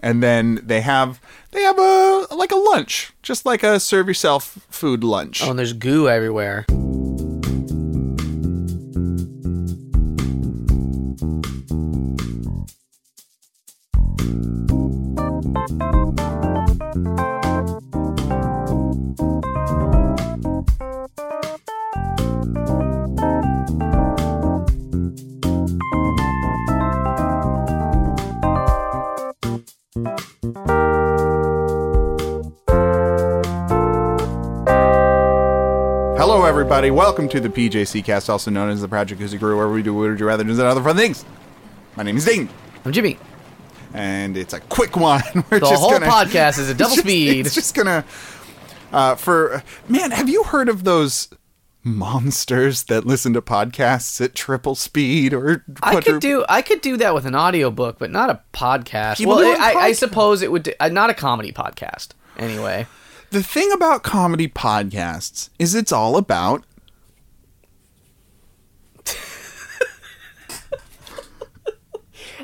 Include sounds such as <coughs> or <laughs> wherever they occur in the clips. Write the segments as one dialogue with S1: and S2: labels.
S1: and then they have they have a like a lunch, just like a serve yourself food lunch.
S2: Oh, and there's goo everywhere.
S1: Hello, everybody. Welcome to the PJC Cast, also known as the Project Who's a Guru, where we do Would You Rather News and other fun things. My name is Ding,
S2: I'm Um, Jimmy.
S1: and it's a quick <laughs> one. We're
S2: The whole podcast is at
S1: <laughs>
S2: double
S1: it's just-
S2: speed.
S1: It's just gonna. Uh, for man, have you heard of those monsters that listen to podcasts at triple speed or
S2: I could
S1: quadruple?
S2: do I could do that with an audiobook, but not a podcast.
S1: Yeah, but
S2: well,
S1: we
S2: it,
S1: want
S2: I, I
S1: podca-
S2: suppose it would uh, not a comedy podcast anyway.
S1: the thing about comedy podcasts is it's all about.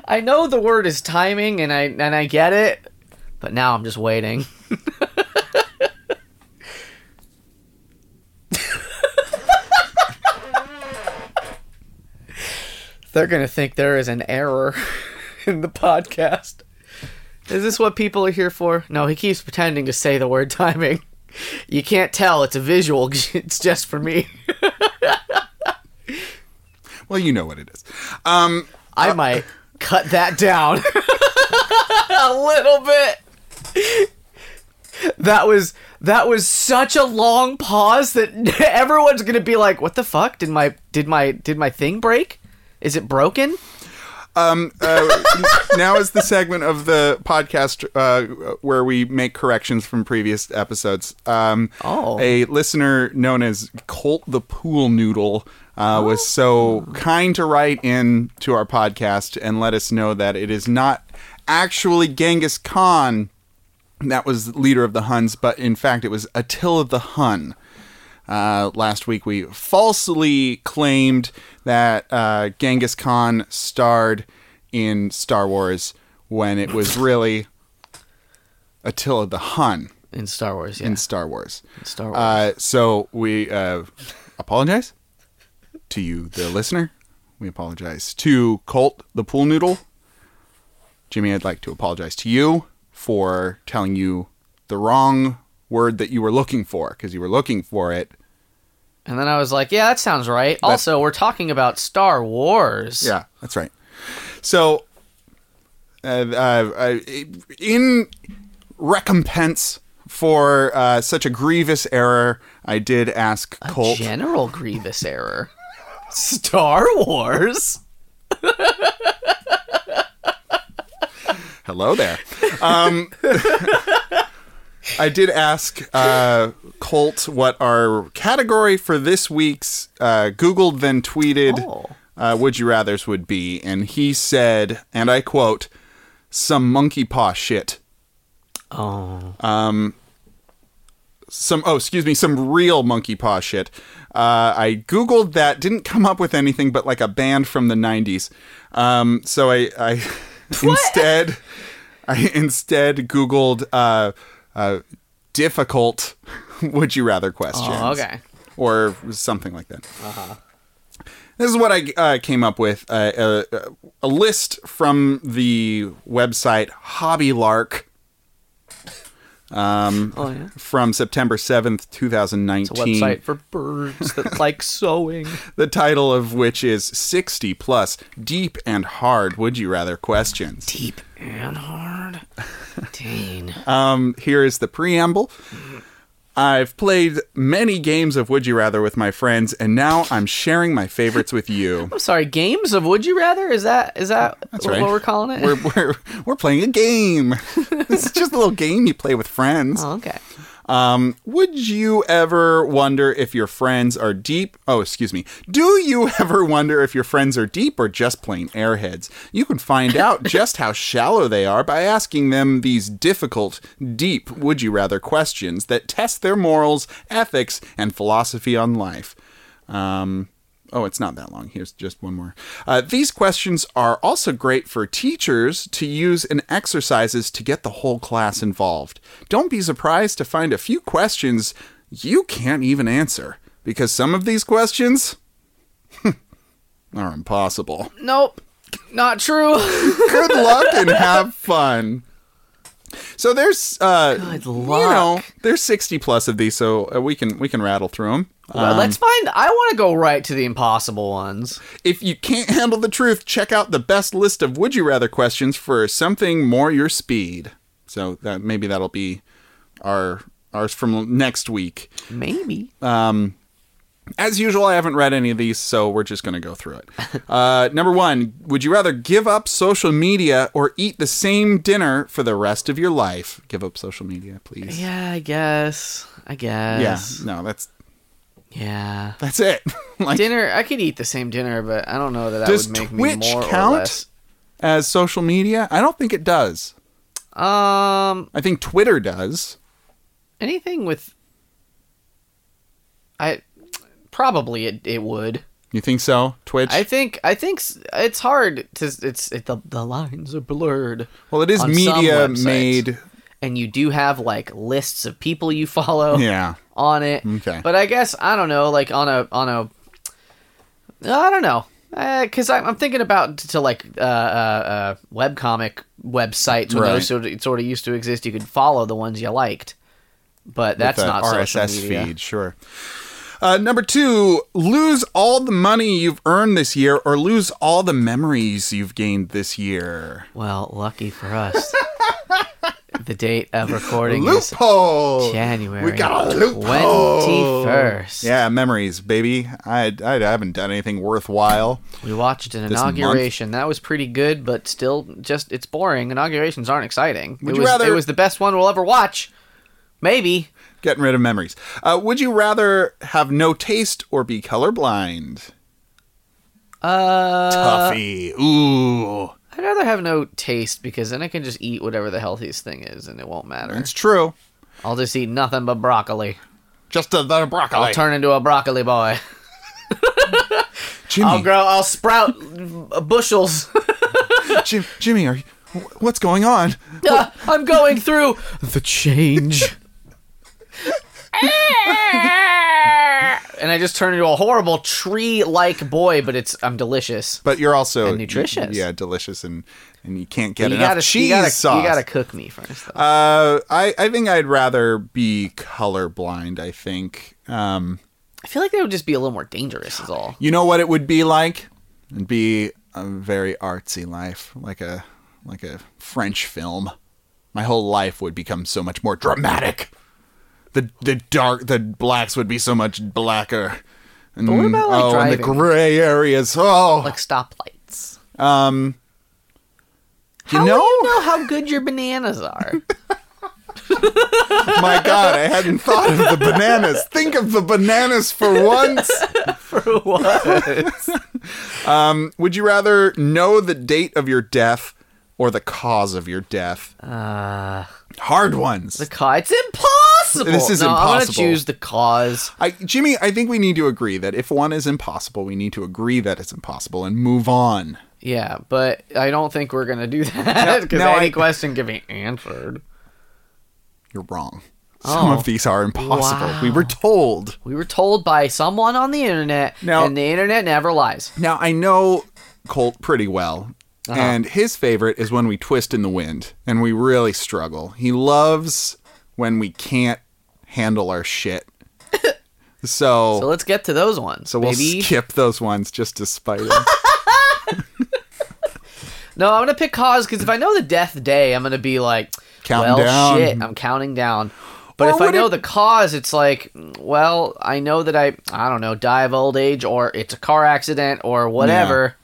S2: I know the word is timing, and I and I get it, but now I'm just waiting. They're gonna think there is an error in the podcast. Is this what people are here for? No, he keeps pretending to say the word timing. You can't tell; it's a visual. <laughs> It's just for me.
S1: Well, you know what it is. Um, Uh,
S2: I might cut that down <laughs> a little bit. That was that was such a long pause that <laughs> everyone's gonna be like, "What the fuck? Did my did my did my thing break? Is it broken?"
S1: uh, now is the segment of the podcast uh, where we make corrections from previous episodes. Um,
S2: Oh.
S1: A listener known as Colt the Pool Noodle uh, was so kind to write in to our podcast and let us know that it is not actually Genghis Khan that was leader of the Huns, but in fact it was Attila the Hun. Uh, last week we falsely claimed that uh, Genghis Khan starred in Star Wars when it
S2: <coughs>
S1: was really Attila the Hun
S2: In Star Wars, yeah.
S1: in Star Wars.
S2: Star Wars.
S1: Uh, so we uh, apologize to you, the listener. We apologize to Colt, the pool noodle. Jimmy, I'd like to apologize to you for telling you the wrong word that you were looking for because you were looking for it.
S2: and then I was like, "Yeah, that sounds right." Also, we're talking about Star Wars.
S1: Yeah, that's right. So, uh, uh, uh, in recompense for uh, such a grievous error, I did ask Colt.
S2: General Grievous error. Star
S1: <laughs>
S2: Wars.
S1: Hello there. Um, <laughs> I did ask uh, Colt what our category for this week's uh, Googled then tweeted
S2: Oh.
S1: uh, Would You Rathers would be, and he said, and I quote, some monkey paw shit. Um,
S2: Oh,
S1: some oh excuse me some real monkey paw shit uh, i googled that didn't come up with anything but like a band from the 90s um, so i,
S2: <laughs>
S1: I instead i instead googled uh, uh, difficult <laughs> would you rather questions
S2: Oh, okay.
S1: or something like that this is what I uh, came up with uh, a, a list from the website Hobby Lark
S2: oh yeah.
S1: from September 7th, 2019.
S2: It's a website for birds that <laughs> like sewing.
S1: The title of which is 60 plus deep and hard would you rather questions.
S2: Deep
S1: <laughs>
S2: and hard. Dane.
S1: Um here is the preamble. I've played many games of Would You Rather with my friends and now I'm sharing my favorites with
S2: <laughs>
S1: you.
S2: I'm sorry, games of Would You Rather? Is that is that what
S1: right.
S2: we're calling it?
S1: We're we're, we're playing a game. it's just a little game you play with friends.
S2: <laughs> oh, okay.
S1: Um, would you ever wonder if your friends are deep? Oh, excuse me. Do you <laughs> ever wonder if your friends are deep or just plain airheads? You can find out just how shallow they are by asking them these difficult, deep, would you rather questions that test their morals, ethics, and philosophy on life. Um, Oh, it's not that long. Here's just one more. Uh, these questions are also great for teachers to use in exercises to get the whole class involved. Don't be surprised to find a few questions you can't even answer because some of these questions <laughs> are impossible.
S2: Nope. Not true. <laughs>
S1: Good luck and have fun. So there's uh
S2: Good
S1: you know
S2: luck.
S1: there's 60 plus of these so uh, we can we can rattle through them.
S2: Well, let's
S1: Um,
S2: find. I want to go right to the impossible ones.
S1: If you can't handle the truth, check out the best list of would you rather questions for something more your speed. So that maybe that'll be our ours from next week.
S2: Maybe.
S1: As usual, I haven't read any of these, so we're just going to go through it. Uh, number one, would you rather give up social media or eat the same dinner for the rest of your life? Give up social media, please.
S2: yeah, I guess. I
S1: Yeah,
S2: guess.
S1: no, that's
S2: Yeah. Yeah.
S1: that's it. <laughs> like,
S2: Dinner. I could eat the same dinner, but I don't know that that
S1: Does
S2: would make
S1: Twitch
S2: me more
S1: count?
S2: or less.
S1: as social media, I don't think it does.
S2: Um,
S1: I think Twitter does.
S2: anything with. I probably it, it would.
S1: You think so? Twitch.
S2: I think I think s- it's hard to it's it, the the lines are blurred.
S1: Well, it is
S2: on some
S1: media
S2: websites. <laughs>
S1: made.
S2: and you do have like lists of people you follow.
S1: Yeah.
S2: on it.
S1: Okay.
S2: Oh. But I guess I don't know, like on a on a, I don't know, because I'm, I'm thinking about t- to like uh, uh, uh, webcomic websites when
S1: Right.
S2: those sort of, sort of used to exist. You could follow the ones you liked, but that's
S1: with the
S2: not
S1: RSS
S2: social media.
S1: feed. Sure. Uh, number two, lose all the money you've earned this year, or lose all the memories you've gained this year.
S2: Well, lucky for
S1: <laughs>
S2: us, the date of recording is
S1: Loophole.
S2: January.
S1: We got a loophole.
S2: 21st.
S1: Yeah, memories, baby. I, I haven't done anything worthwhile.
S2: we watched an
S1: month?
S2: inauguration. That was pretty good, but still, just it's boring. Inaugurations aren't exciting.
S1: Would
S2: it
S1: you
S2: was,
S1: rather-
S2: It was the best one we'll ever watch. Maybe.
S1: Getting rid of memories. Uh, would you rather have no taste or be colorblind?
S2: Uh,
S1: Puffy. Ooh.
S2: I'd rather have no taste because then I can just eat whatever the healthiest thing is, and it won't matter.
S1: That's true.
S2: I'll just eat nothing but broccoli.
S1: Just the, the broccoli.
S2: I'll turn into a broccoli boy.
S1: Jimmy.
S2: I'll grow. I'll <laughs> sprout uh, bushels.
S1: Jim, Jimmy, are you, wh- what's going on?
S2: <laughs> Uh, I'm going through the change. and I just turn into a horrible tree-like boy, but it's I'm delicious.
S1: But you're also
S2: And nutritious.
S1: Yeah, delicious, and and you can't get
S2: you
S1: enough
S2: gotta,
S1: cheese
S2: you gotta,
S1: sauce.
S2: You gotta cook me first. Though.
S1: uh, I I think I'd rather be colorblind. I think. Um,
S2: I feel like that would just be a little more dangerous, is all.
S1: you know what it would be like? It'd be a very artsy life, like a like a French film. My whole life would become so much more dramatic. The the dark the blacks would be so much blacker. And,
S2: what about, like,
S1: oh, and the
S2: driving?
S1: gray areas. Oh,
S2: Like stoplights.
S1: um,
S2: How
S1: know-
S2: do you know how good your bananas are?
S1: My God, I hadn't thought of the
S2: <laughs>
S1: bananas. Think of the bananas for once.
S2: For what?
S1: <laughs> Um, Would you rather know the date of your death or the cause of your death?
S2: Uh,
S1: Hard ones.
S2: the cause. It's impossible.
S1: This is
S2: no, I'm gonna
S1: impossible.
S2: choose the cause.
S1: I, Jimmy, I think we need to agree that if one is impossible, we need to agree that it's impossible and move on.
S2: Yeah, but I don't think we're gonna do that because
S1: no,
S2: any
S1: I-
S2: question can be answered.
S1: You're wrong. Some
S2: Oh.
S1: of these are impossible.
S2: Wow.
S1: We were told.
S2: We were told by someone on the internet,
S1: Now-
S2: and the internet never lies.
S1: Now, I know Colt pretty well, and his favorite is when we twist in the wind and we really struggle. He loves when we can't handle our shit. <laughs>
S2: So
S1: so,
S2: let's get to those ones.
S1: so we'll
S2: baby.
S1: skip those ones just to spite him.
S2: No, I'm gonna pick cause because if I know the death day, I'm gonna be like,
S1: Counting
S2: well,
S1: down.
S2: shit, I'm counting down. But
S1: Or
S2: if I
S1: would
S2: know
S1: it-
S2: the cause, it's like, well, I know that I, I don't know, die of old age, or it's a car accident, or whatever.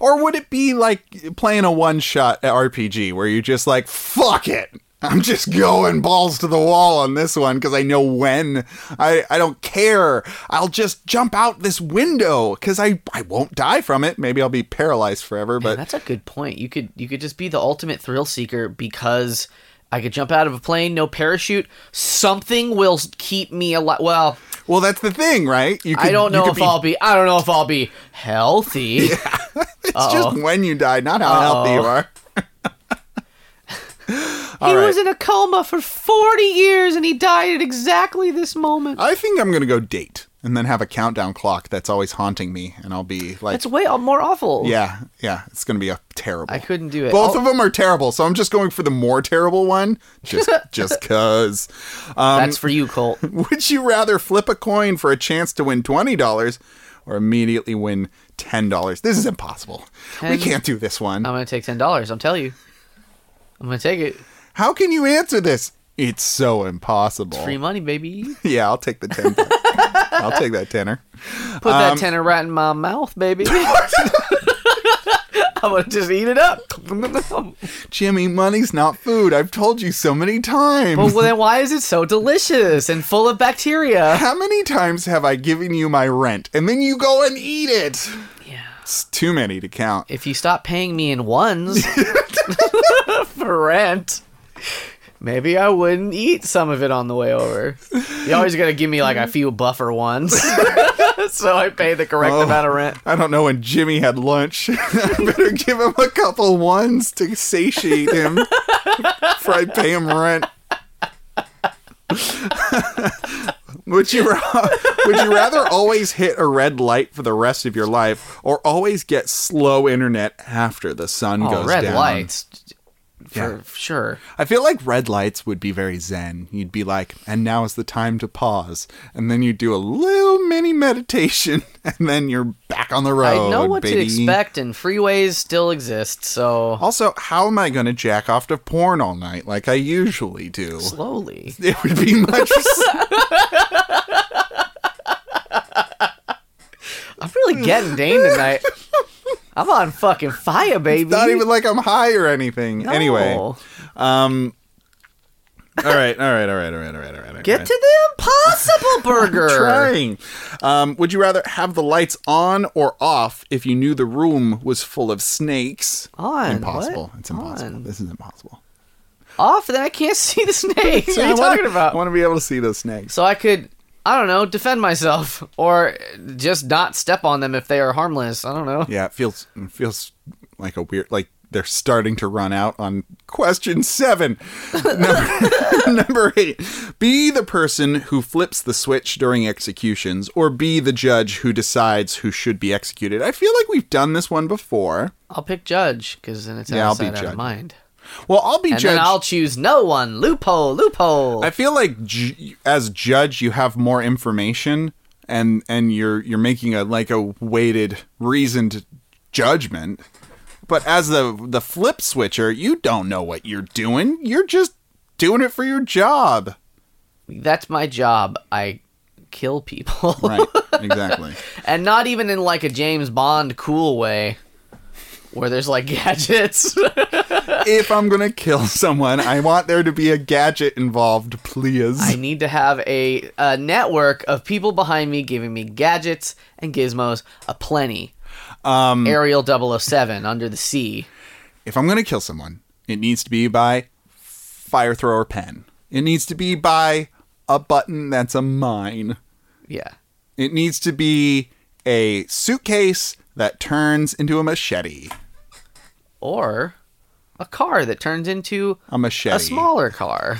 S1: or would it be like playing a one shot RPG where you're just like, fuck it? I'm just going balls to the wall on this one because I know when. I, I don't care. I'll just jump out this window because I, I won't die from it. Maybe I'll be paralyzed forever,
S2: Man,
S1: but
S2: that's a good point. You could, you could just be the ultimate thrill seeker because I could jump out of a plane, no parachute. Something will s- keep me alive. Well,
S1: Well, that's the thing, right? You
S2: I don't
S1: you
S2: know if
S1: be-
S2: I'll be. I don't know if I'll be <laughs> healthy.
S1: <laughs> It's just when you die, not how healthy you are.
S2: he
S1: right.
S2: was in a coma for 40 years and he died at exactly this moment.
S1: I think I'm gonna go date and then have a countdown clock that's always haunting me, and I'll be like,
S2: That's way more awful.
S1: yeah, yeah, it's gonna be a terrible.
S2: I couldn't do it.
S1: Both
S2: Oh,
S1: of them are terrible, so I'm just going for the more terrible one, just just cause. Um,
S2: that's for you, Colt.
S1: would you rather flip a coin for a chance to win twenty dollars, or immediately win ten dollars? This is impossible. We
S2: Ten- Oh.
S1: can't do this one.
S2: I'm going to take $10. I'm telling you. I'm going to take it.
S1: How can you answer this? It's so impossible.
S2: Free money, baby.
S1: yeah, I'll take the ten. bucks. I'll take that tenner.
S2: Put that tenner right in my mouth, <laughs> baby. I'm going to just eat it up. <laughs> well,
S1: Jimmy, money's not food. I've told you so many times.
S2: then why is it so delicious and full of bacteria?
S1: How many times have I given you my rent and then you go and eat it?
S2: Yeah.
S1: It's too many to count.
S2: if you stop paying me in ones for rent, maybe I wouldn't eat some of it on the way over. You always gotta give me like a few buffer ones, <laughs> so I pay the
S1: Oh.
S2: correct amount of rent.
S1: I don't know when Jimmy had lunch. <laughs> I better give him a couple ones to satiate him before I pay him rent. <laughs> would you ra- would you rather always hit a red light for the rest of your life or always get slow internet after the sun
S2: Oh,
S1: goes
S2: red
S1: down?
S2: lights,
S1: Yeah.
S2: for sure.
S1: I feel like red lights would be very zen. You'd be like, and now is the time to pause. And then you do a little mini meditation, <laughs> and then you're back on the road.
S2: I know what
S1: Oh, baby.
S2: to expect, and freeways still exist, so
S1: Also, how am I going to jack off to porn all night like I usually do?
S2: slowly.
S1: It would be
S2: <laughs>
S1: much.
S2: I'm really getting Dane tonight. I'm on fucking fire, baby.
S1: not even like I'm high or anything. Anyway.
S2: No.
S1: All right, all right, all right, all right, all right, all right. all
S2: get
S1: right.
S2: to
S1: <laughs>
S2: the impossible burger.
S1: trying. Um, would you rather have the lights on or off if you knew the room was full of snakes?
S2: On,
S1: Impossible.
S2: what?
S1: It's impossible.
S2: On.
S1: This is impossible.
S2: off, then I can't <laughs> see
S1: <laughs>
S2: the snakes. what
S1: So
S2: are you
S1: I wanna-
S2: talking about?
S1: I want to be able to see those snakes.
S2: so I could, I don't know, defend myself or just not step on them if they are harmless. I don't know.
S1: Yeah, it feels it feels like a weird like they're starting to run out on question
S2: <laughs>
S1: seven. Number, <laughs> number eight. Be the person who flips the switch during executions, or be the judge who decides who should be executed. I feel like we've done this one before.
S2: I'll pick judge because then it's
S1: Yeah, I'll be
S2: outside out
S1: judge.
S2: of mind.
S1: Well, I'll be
S2: And
S1: judge.
S2: then I'll choose no one. Loophole, loophole.
S1: I feel like ju- as judge, you have more information, and and you're you're making a like a weighted, reasoned judgment. But as the the flip switcher, you don't know what you're doing. You're just doing it for your job.
S2: That's my job. I kill people.
S1: Right. Exactly.
S2: <laughs> and not even in like a James Bond cool way where there's like <laughs> gadgets.
S1: if I'm gonna kill someone, I want there to be a gadget involved, please.
S2: I need to have a, a network of people behind me giving me gadgets and gizmos aplenty. Um, Ariel 007 under the sea.
S1: if I'm going to kill someone, it needs to be by fire thrower pen. It needs to be by a button that's a mine.
S2: Yeah.
S1: It needs to be a suitcase that turns into a machete.
S2: Or a car that turns into
S1: A machete.
S2: a smaller car.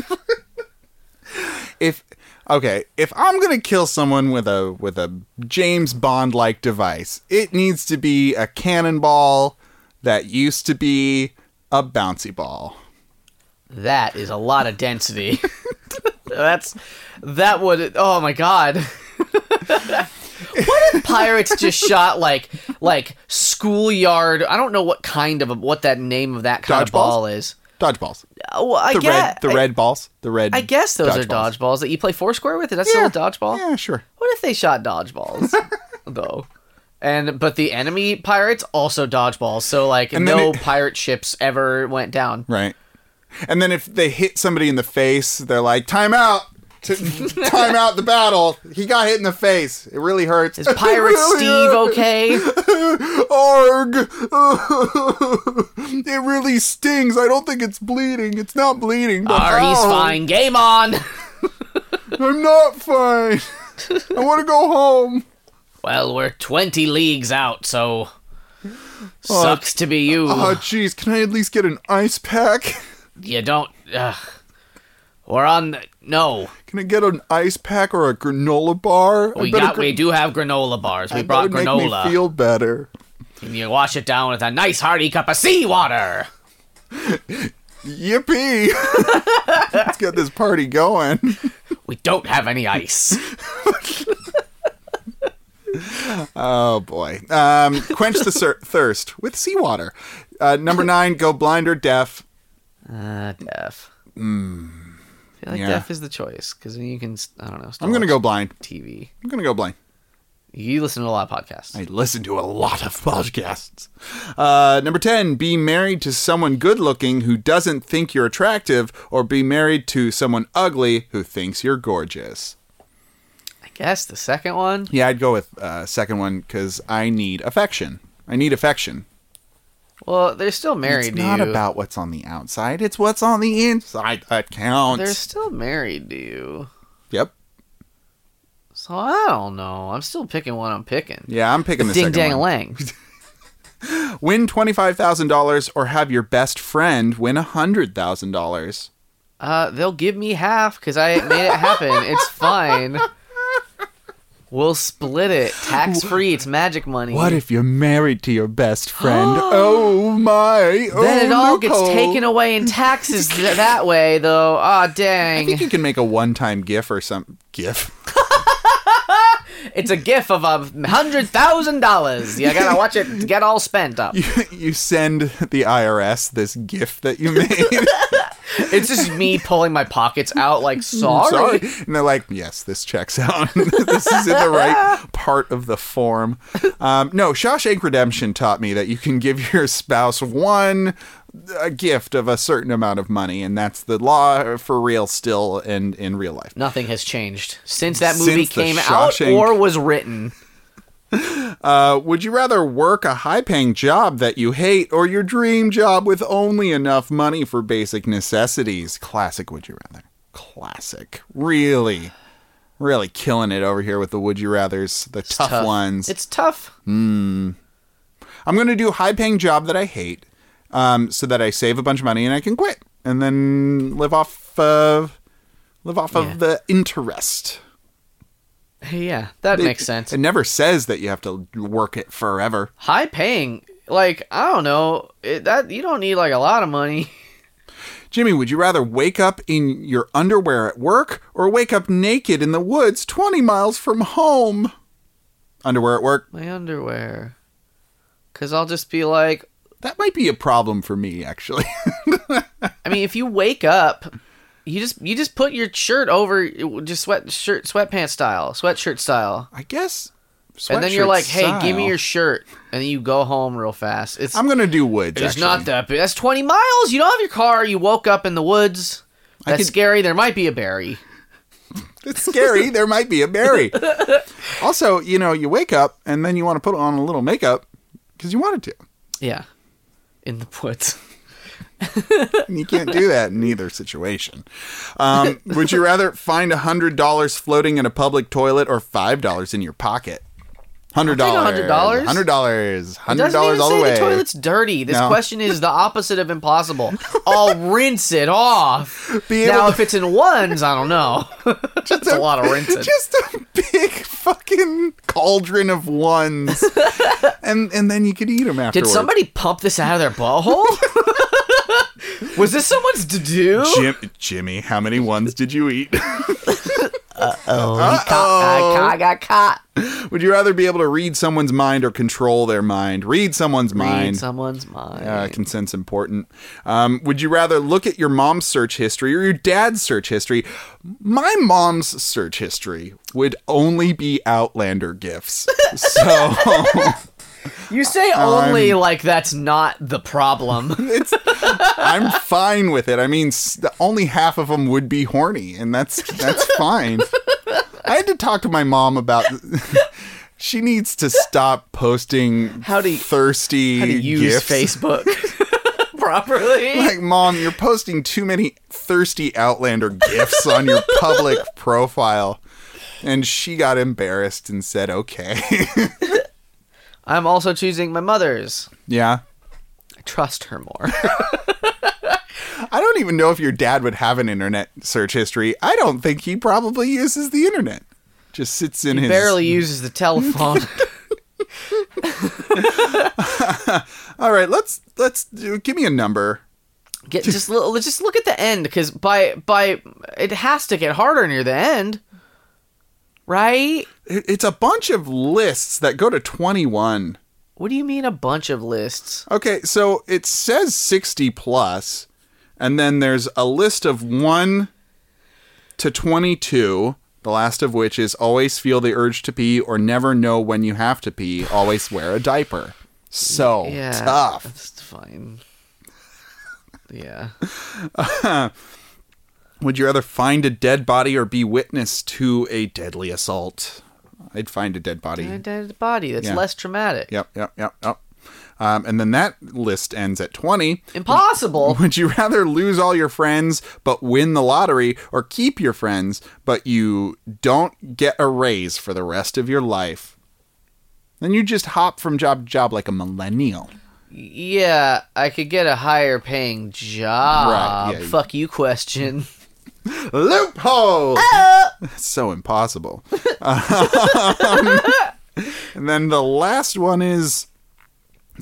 S1: If okay, if I'm going to kill someone with a with a James Bond like device, it needs to be a cannonball that used to be a bouncy ball.
S2: that is a lot of density. <laughs> That's that would oh my god. what if pirates just shot like like schoolyard I don't know what kind of what that name of that kind
S1: Dodgeballs?
S2: of ball is.
S1: Dodgeballs.
S2: Oh, well, I
S1: The
S2: guess,
S1: red the red balls. The red
S2: I guess those are
S1: dodgeballs.
S2: dodgeballs that you play foursquare with. Is that still a dodgeball?
S1: Yeah, sure.
S2: What if they shot dodgeballs
S1: <laughs>
S2: though? And but the enemy pirates also dodgeballs, so like
S1: And then
S2: no
S1: it-
S2: pirate ships ever
S1: <laughs>
S2: went down.
S1: Right. And then if they hit somebody in the face, they're like, time out. T- <laughs> time out the battle. He got hit in the face. It really hurts.
S2: Is Pirate
S1: Oh,
S2: Steve okay?
S1: <laughs> Arg. <laughs> it really stings. I don't think it's bleeding. It's not bleeding. But
S2: Or he's
S1: ow.
S2: fine. Game on.
S1: I'm not fine. <laughs> I want to go home.
S2: <laughs> Well, we're 20 leagues out, so. Sucks to be you.
S1: Oh, jeez, can I at least get an ice pack? <laughs>
S2: you don't. Uh, we're on. The, no.
S1: Can I get an ice pack or a granola bar? I
S2: We
S1: bet a
S2: got.
S1: gra-
S2: we do have granola bars. We
S1: that
S2: brought
S1: would
S2: granola.
S1: Make me feel better.
S2: and you wash it down with a nice hearty cup of seawater.
S1: Yippee! <laughs> Let's get this party going.
S2: We don't have any ice.
S1: Oh boy. Um, quench the sur- thirst with seawater. Uh, number nine, go blind or deaf.
S2: <laughs> Uh, deaf. I feel like
S1: Yeah.
S2: deaf is the choice because you can. s- I don't know.
S1: I'm gonna go blind.
S2: TV.
S1: I'm gonna go blind.
S2: You listen to a lot of podcasts.
S1: I listen to a lot of podcasts. Uh, number 10, be married to someone good looking who doesn't think you're attractive, or be married to someone ugly who thinks you're gorgeous.
S2: I guess the second one.
S1: Yeah, I'd go with uh, second one because I need affection. I need affection.
S2: Well, they're still married.
S1: it's
S2: to
S1: not
S2: you.
S1: about what's on the outside, it's what's on the inside that counts.
S2: They're still married to you.
S1: Yep.
S2: So I don't know. I'm still picking what I'm picking.
S1: Yeah, I'm picking the
S2: Ding
S1: second
S2: dang
S1: one.
S2: lang. <laughs>
S1: Win $25,000 or have your best friend win $100,000.
S2: Uh, they'll give me half because I made it happen. it's
S1: <laughs>
S2: fine. We'll split it tax free. It's magic money.
S1: What if you're married to your best
S2: <gasps>
S1: friend? oh my!
S2: Then
S1: oh,
S2: it all
S1: loophole.
S2: gets taken away in taxes th- that way, though. Ah,
S1: I think
S2: dang.
S1: you can make a one-time GIF or some GIF.
S2: <laughs> It's a gift of a hundred thousand dollars. You gotta watch it get all spent up.
S1: <laughs> You, you send the IRS this GIF that
S2: <laughs>
S1: you made.
S2: It's just me pulling my pockets
S1: <laughs>
S2: out, like
S1: Sorry,
S2: sorry.
S1: and they're like, "Yes, this checks out. <laughs> this is in the right part of the form." Um, no, Shawshank Redemption taught me that you can give your spouse one a gift of a certain amount of money, and that's the law for real still and in real life.
S2: Nothing has changed since that movie
S1: Since the
S2: came out
S1: Shawshank-
S2: or was written.
S1: Uh, would you rather work a high paying job that you hate or your dream job with only enough money for basic necessities? Classic, would you rather? Classic. Really, really killing it over here with the would you rathers, the tough, ones.
S2: It's tough.
S1: I'm going to do high paying job that I hate um, so that I save a bunch of money and I can quit and then live off of. Live off
S2: Yeah.
S1: of the interest.
S2: Yeah, that makes sense.
S1: It never says that you have to work it forever.
S2: high paying like i don't know it, that you don't need like a lot of money <laughs>
S1: Jimmy, would you rather wake up in your underwear at work or wake up naked in the woods 20 miles from home? Underwear at work,
S2: my underwear because i'll just be like
S1: that might be a problem for me, actually. <laughs>
S2: i mean if you wake up you just you just put your shirt over just sweat shirt sweatpants style sweatshirt style
S1: I guess.
S2: and then you're
S1: sweatshirt
S2: like hey give me
S1: style.
S2: your shirt and then you go home real fast it's
S1: I'm going to do woods.
S2: it's
S1: actually.
S2: not that big that's 20 miles you don't have your car you woke up in the woods
S1: I
S2: that's
S1: could-
S2: scary there might be a berry
S1: It's scary. there might be a berry. also, you know, you wake up and then you want to put on a little makeup because you wanted to.
S2: yeah in the
S1: <laughs>
S2: woods
S1: And you can't do that in either situation. Um, would you rather find $100 floating in a public toilet or $5 in your pocket? $100.
S2: $100.
S1: $100.
S2: Doesn't
S1: $100
S2: even
S1: all
S2: say
S1: the way.
S2: the toilet's dirty. This
S1: No.
S2: question is the opposite of impossible.
S1: <laughs>
S2: I'll rinse it off.
S1: Be
S2: now,
S1: able
S2: if it's in ones, I don't know. <laughs> That's a lot of rinsing.
S1: <laughs> Just a big fucking cauldron of ones.
S2: <laughs>
S1: and and then you could eat them
S2: Did
S1: afterwards.
S2: somebody pump this out of their butthole? <laughs> Was this someone's to do?
S1: Jim, Jimmy, how many ones did you eat?
S2: I got caught.
S1: Would you rather be able to read someone's mind or control their mind? Read someone's
S2: Read
S1: mind.
S2: someone's mind.
S1: uh, consent's important. Um, would you rather look at your mom's search history or your dad's search history? My mom's search history would only be Outlander
S2: <laughs>
S1: gifts. So
S2: you say only like that's not the <laughs> problem.
S1: it's, I'm fine with it. I mean, s- only half of them would be horny, and that's
S2: <laughs>
S1: that's fine. I had to talk to my mom about. <laughs> She needs to stop posting
S2: How do you-
S1: thirsty
S2: How to use
S1: gifts.
S2: Facebook <laughs> properly.
S1: <laughs> like mom you're
S2: <laughs>
S1: posting too many thirsty outlander gifs on your public profile And she got embarrassed and said, okay. <laughs>
S2: I'm also choosing my mother's.
S1: yeah.
S2: I trust her <laughs> more.
S1: I don't even know if your dad would have an internet search history. I don't think he probably uses the internet. Just sits in his
S2: Barely uses the <laughs> telephone.
S1: All right, let's let's do, give me a number.
S2: Get just li- just look at the end because by by it has to get harder near the end, right?
S1: It- It's a bunch of lists that go to 21.
S2: What do you mean a bunch of lists?
S1: Okay, so it says 60 plus, and then there's a list of 1 to 22, the last of which is always feel the urge to pee or never know when you have to pee, always wear a diaper. So
S2: Yeah,
S1: tough. <laughs>
S2: That's fine. Yeah.
S1: Would you rather find a dead body or be witness to a deadly assault? I'd find a dead body.
S2: A dead body that's
S1: Yeah.
S2: less traumatic.
S1: Yep, yep, yep, yep. Um, and then that list ends at 20.
S2: Impossible.
S1: <laughs> Would you rather lose all your friends but win the lottery or keep your friends but you don't get a raise for the rest of your life? Then you just hop from job to job like a millennial.
S2: yeah, I could get a higher paying job.
S1: Right, yeah.
S2: Fuck
S1: <laughs>
S2: you question.
S1: Loophole!
S2: Oh.
S1: That's <laughs> so impossible. Um, <laughs> and then the last one is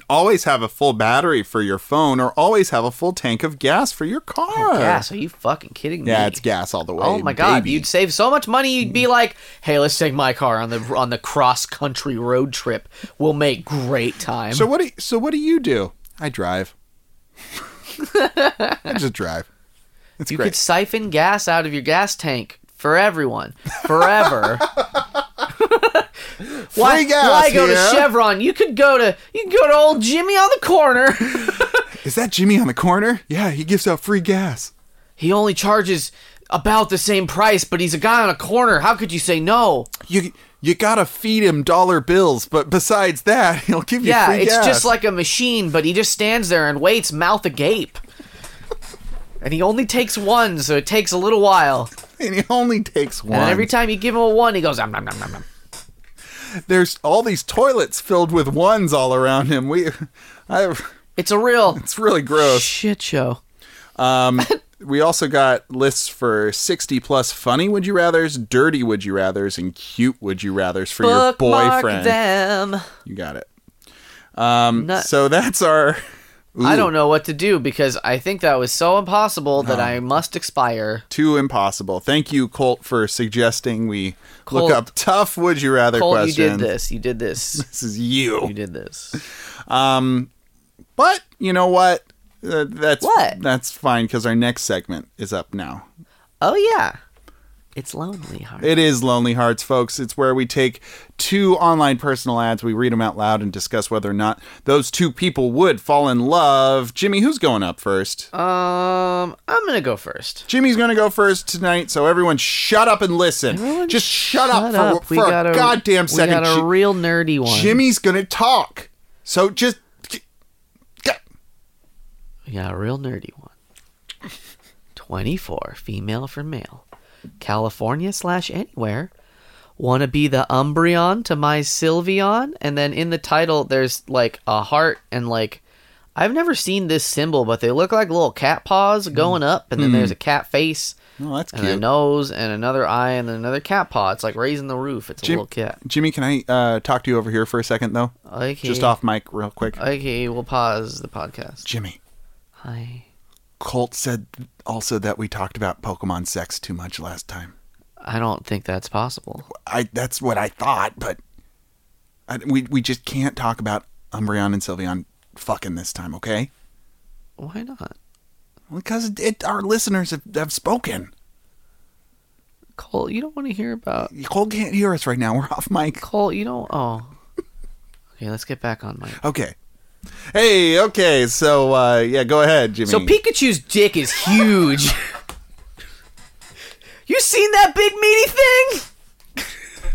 S1: always have a full battery for your phone or always have a full tank of gas for your car.
S2: Oh, Gas, are you fucking kidding me?
S1: Yeah, it's gas all the way.
S2: Oh my god,
S1: baby. Mm.
S2: you'd save so much money. You'd be like, "Hey, let's take my car on the on the cross country road trip. We'll make great time."
S1: So what? Do you, so what do you do? I drive. I just drive. It's
S2: you
S1: great.
S2: could siphon gas out of your gas tank for everyone,
S1: <laughs>
S2: forever. why,
S1: Free gas
S2: why go
S1: here.
S2: to Chevron? You could go to you could go to old Jimmy on the corner. <laughs>
S1: Is that Jimmy on the corner? Yeah, he gives out free gas.
S2: he only charges about the same price, but he's a guy on a corner. How could you say no?
S1: You you gotta feed him dollar bills, but besides that, <laughs> he'll give you
S2: Yeah,
S1: free
S2: it's
S1: gas.
S2: just like a machine, but he just stands there and waits, mouth agape. and he only takes one, so it takes a little while.
S1: and he only takes one.
S2: And every time you give him a one, he goes, "Om, nom, nom, nom, nom."
S1: There's all these toilets filled with ones all around him. We, <laughs> I,
S2: It's a real
S1: it's really gross.
S2: shit show.
S1: Um, we also got lists for 60 plus funny would you rather's, dirty would you rather's, and cute would you rather's for your
S2: Bookmark
S1: boyfriend.
S2: them.
S1: You got it. Um,
S2: No-
S1: so that's our.
S2: I
S1: Ooh,
S2: don't know what to do because I think that was so impossible that I must expire.
S1: Too impossible. Thank you, Colt, for suggesting we
S2: Colt.
S1: look up tough would you rather
S2: Cole, you
S1: questions.
S2: did this. You did this.
S1: This is
S2: You
S1: you.
S2: did this.
S1: But you know what? Uh, that's
S2: What?
S1: That's fine because our next segment is up now.
S2: Oh yeah, it's lonely heart.
S1: It is Lonely Hearts, folks. It's where we take two online personal ads, we read them out loud, and discuss whether or not those two people would fall in love. Jimmy, who's going up first?
S2: um, I'm gonna go first.
S1: Jimmy's going to go first tonight, so everyone shut up and listen.
S2: Everyone
S1: Just shut, up,
S2: Shut up.
S1: for,
S2: We
S1: for
S2: got
S1: a goddamn second.
S2: We got a
S1: Ji-
S2: real nerdy one.
S1: Jimmy's going to talk. So just.
S2: We got a real nerdy one.
S1: <laughs>
S2: 24, female for male. California slash anywhere. Wanna be the Umbreon to my Sylveon? And then in the title, there's like a heart and like. I've never seen this symbol, but they look like little cat paws going up, and then there's a cat face,
S1: Oh, that's
S2: and a
S1: Mm. cute.
S2: nose, and another eye, and then another cat paw. It's like raising the roof. It's a
S1: Jim-
S2: little cat.
S1: Jimmy, can I uh, talk to you over here for a second, though?
S2: Okay. Uh,
S1: Just off mic, real quick.
S2: Okay, we'll pause the podcast.
S1: Jimmy,
S2: Hi.
S1: Colt said also that we talked about Pokemon sex too much last time.
S2: I don't think that's possible.
S1: I that's what I thought, but I, we we just can't talk about Umbreon and Sylveon fucking this time, okay?
S2: Why not?
S1: Because it, our listeners have, have spoken.
S2: Cole, you don't want to hear about
S1: Cole can't hear us right now. We're off mic.
S2: Cole. You don't. Oh, <laughs> okay. Let's get back on mic.
S1: Okay. Hey, okay. So uh, yeah, go ahead, Jimmy.
S2: So Pikachu's dick
S1: <laughs>
S2: is huge. you seen that big meaty thing?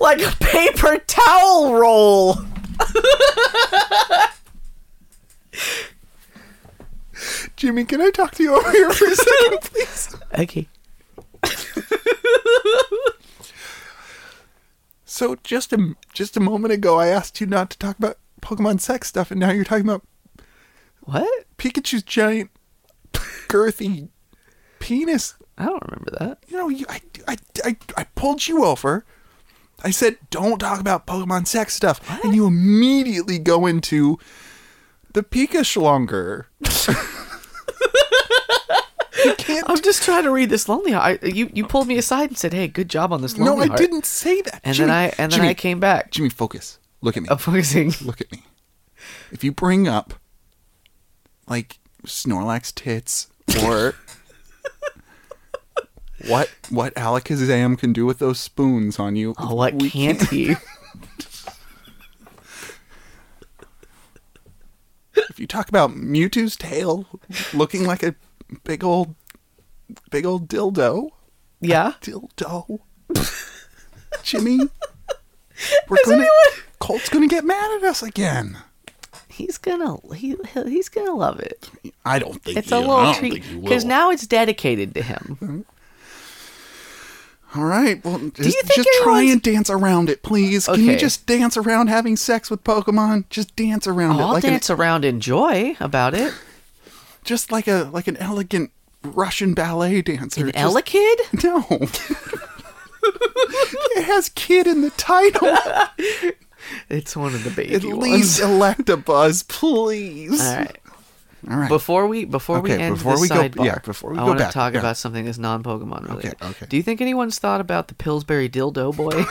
S2: like a paper towel roll. <laughs>
S1: Jimmy, can I talk to you over here for a second, please?
S2: Okay.
S1: <laughs> So just a just a moment ago, I asked you not to talk about Pokemon sex stuff, and now you're talking about
S2: What?
S1: Pikachu's giant, girthy penis.
S2: I don't remember that.
S1: You know, you, I, I, I, I pulled you over. I said, don't talk about Pokemon sex stuff. And you immediately go into the Pika Schlonger. you
S2: <laughs>
S1: can't.
S2: I'm just trying to read this lonely heart. I- You you pulled me aside and said, "Hey, good job on this lonely
S1: no, I
S2: heart."
S1: didn't say that.
S2: And
S1: Jimmy,
S2: then I and then
S1: Jimmy,
S2: I came back. <laughs>
S1: Jimmy, focus. Look at me.
S2: I'm focusing.
S1: Look at me. If you bring up like Snorlax tits
S2: <laughs>
S1: or what what Alakazam can do with those spoons on you.
S2: Oh, what
S1: we
S2: can't he?
S1: If you talk about Mewtwo's tail looking like a big old big old dildo,
S2: Yeah.
S1: dildo. Jimmy, we're gonna Colt's gonna get mad at us again.
S2: <laughs> He's gonna he, he'll- he's gonna love it.
S1: I don't think
S2: It's
S1: he-
S2: a
S1: I
S2: little
S1: don't
S2: treat
S1: think he
S2: because
S1: will.
S2: now it's dedicated to him.
S1: All right. Well, just,
S2: you think
S1: just try
S2: anyone's-
S1: and dance around it, please. Can
S2: Okay.
S1: you just dance around having sex with Pokemon? Just dance around it,
S2: I'll
S1: like
S2: dance around and joy
S1: <laughs>
S2: about it.
S1: An, just like a like an elegant Russian ballet dancer.
S2: An
S1: Just-
S2: Ella kid?
S1: <laughs> No. it has kid in the title.
S2: <laughs> It's one of the baby
S1: At <laughs> least
S2: ones.
S1: Electabuzz, please.
S2: All right.
S1: All right.
S2: Before we before we
S1: Okay,
S2: end
S1: before
S2: the
S1: we go-
S2: sidebar,
S1: yeah, before we
S2: I
S1: go
S2: wanna
S1: back,
S2: talk
S1: yeah.
S2: about something that's non Pokemon related.
S1: okay.
S2: Do you think anyone's thought about the Pillsbury dildo
S1: <laughs>
S2: boy?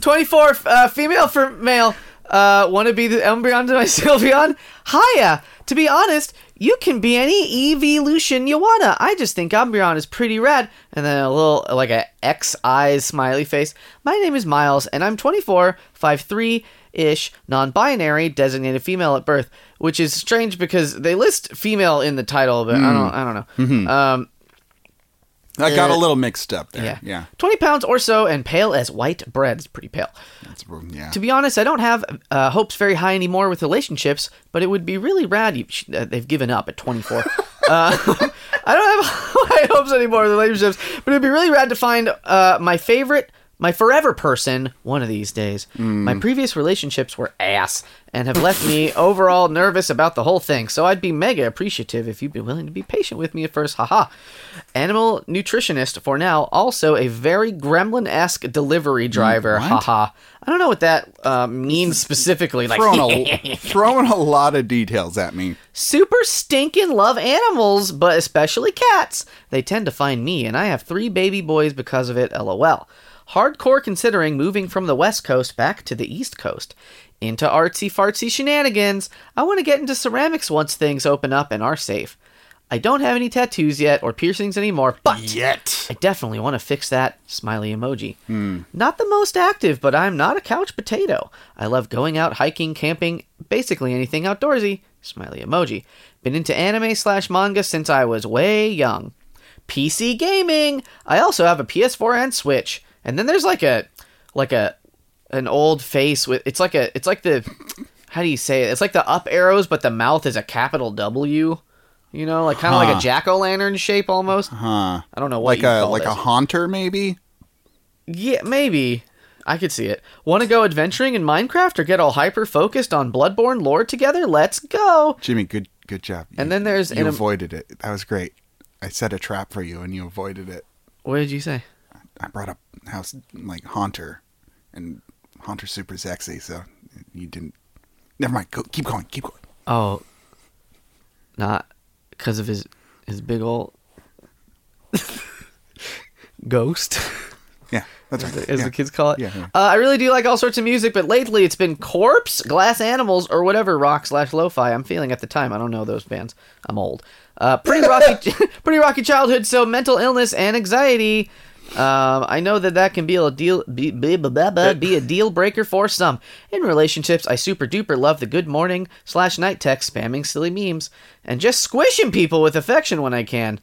S2: Twenty four uh, female for male. Uh, want to be the Umbreon to my <laughs> Sylveon? Hiya. To be honest, you can be any evolution you wanna. I just think Umbreon is pretty rad. And then a little like a X eyes smiley face. My name is Miles, and I'm 24, 5'3 ish, non-binary, designated female at birth, which is strange because they list female in the title, but I don't, I don't know. Um,
S1: I got a little mixed up there.
S2: uh, yeah,
S1: Yeah. yeah.
S2: 20 pounds or so, and pale as white bread. It's pretty pale.
S1: That's yeah.
S2: To be honest, I don't have uh, hopes very high anymore with relationships, but it would be really rad. You, sh- uh, they've given up at 24. uh, <laughs> I don't have <laughs> high hopes anymore with relationships, but it'd be really rad to find uh, my favorite, my forever person one of these days. My previous relationships were ass and have left me overall nervous about the whole thing, so I'd be mega appreciative if you'd be willing to be patient with me at first. Haha. Animal nutritionist for now, also a very gremlin esque delivery driver.
S1: Hmm, what?
S2: Haha. I don't know what that uh, means specifically. Like,
S1: throwing
S2: <laughs>
S1: a throwing a lot of details at me.
S2: super stinking love animals, but especially cats. They tend to find me, and I have three baby boys because of it, lol. Hardcore considering moving from the West Coast back to the East Coast. Into artsy fartsy shenanigans. I want to get into ceramics once things open up and are safe. I don't have any tattoos yet or piercings anymore, but
S1: Yet.
S2: I definitely want to fix that smiley emoji.
S1: Hmm.
S2: Not the most active, but I'm not a couch potato. I love going out hiking, camping, basically anything outdoorsy. Smiley emoji. Been into anime slash manga since I was way young. PC gaming. I also have a PS4 and Switch. And then there's like a, like a, an old face with. It's like a. It's like the. How do you say it? It's like the up arrows, but the mouth is a capital W. You know, like kind of like a
S1: Huh.
S2: jack o' lantern shape almost.
S1: Huh.
S2: I don't know
S1: Like
S2: what you'd
S1: a
S2: call
S1: like a
S2: this.
S1: haunter maybe?
S2: yeah maybe I could see it. Want to go adventuring in Minecraft or get all hyper focused on Bloodborne lore together? Let's go.
S1: Jimmy, good good job.
S2: And
S1: You-
S2: then there's
S1: you
S2: an-
S1: avoided it. That was great. I set a trap for you and you avoided it.
S2: What did you say?
S1: I brought up house like Haunter, and Haunter's super sexy, so you didn't. Never mind. Go, keep going. Keep going.
S2: Oh, not because of his his big old <laughs> ghost. <laughs>
S1: Yeah, that's
S2: as,
S1: right.
S2: the, as
S1: yeah.
S2: the kids call it.
S1: Yeah, yeah.
S2: Uh, I really do like all sorts of music, but lately it's been Corpse, Glass Animals, or whatever rock slash lo-fi I'm feeling at the time. I don't know those bands. I'm old.
S1: <laughs>
S2: Uh, pretty rocky, <laughs> pretty rocky childhood. So mental illness and anxiety. Um, I know that that can be a deal be, be, be, be, be- be a deal breaker for some. In relationships, I super duper love the good morning slash night text, spamming silly memes, and just squishing people with affection when I can.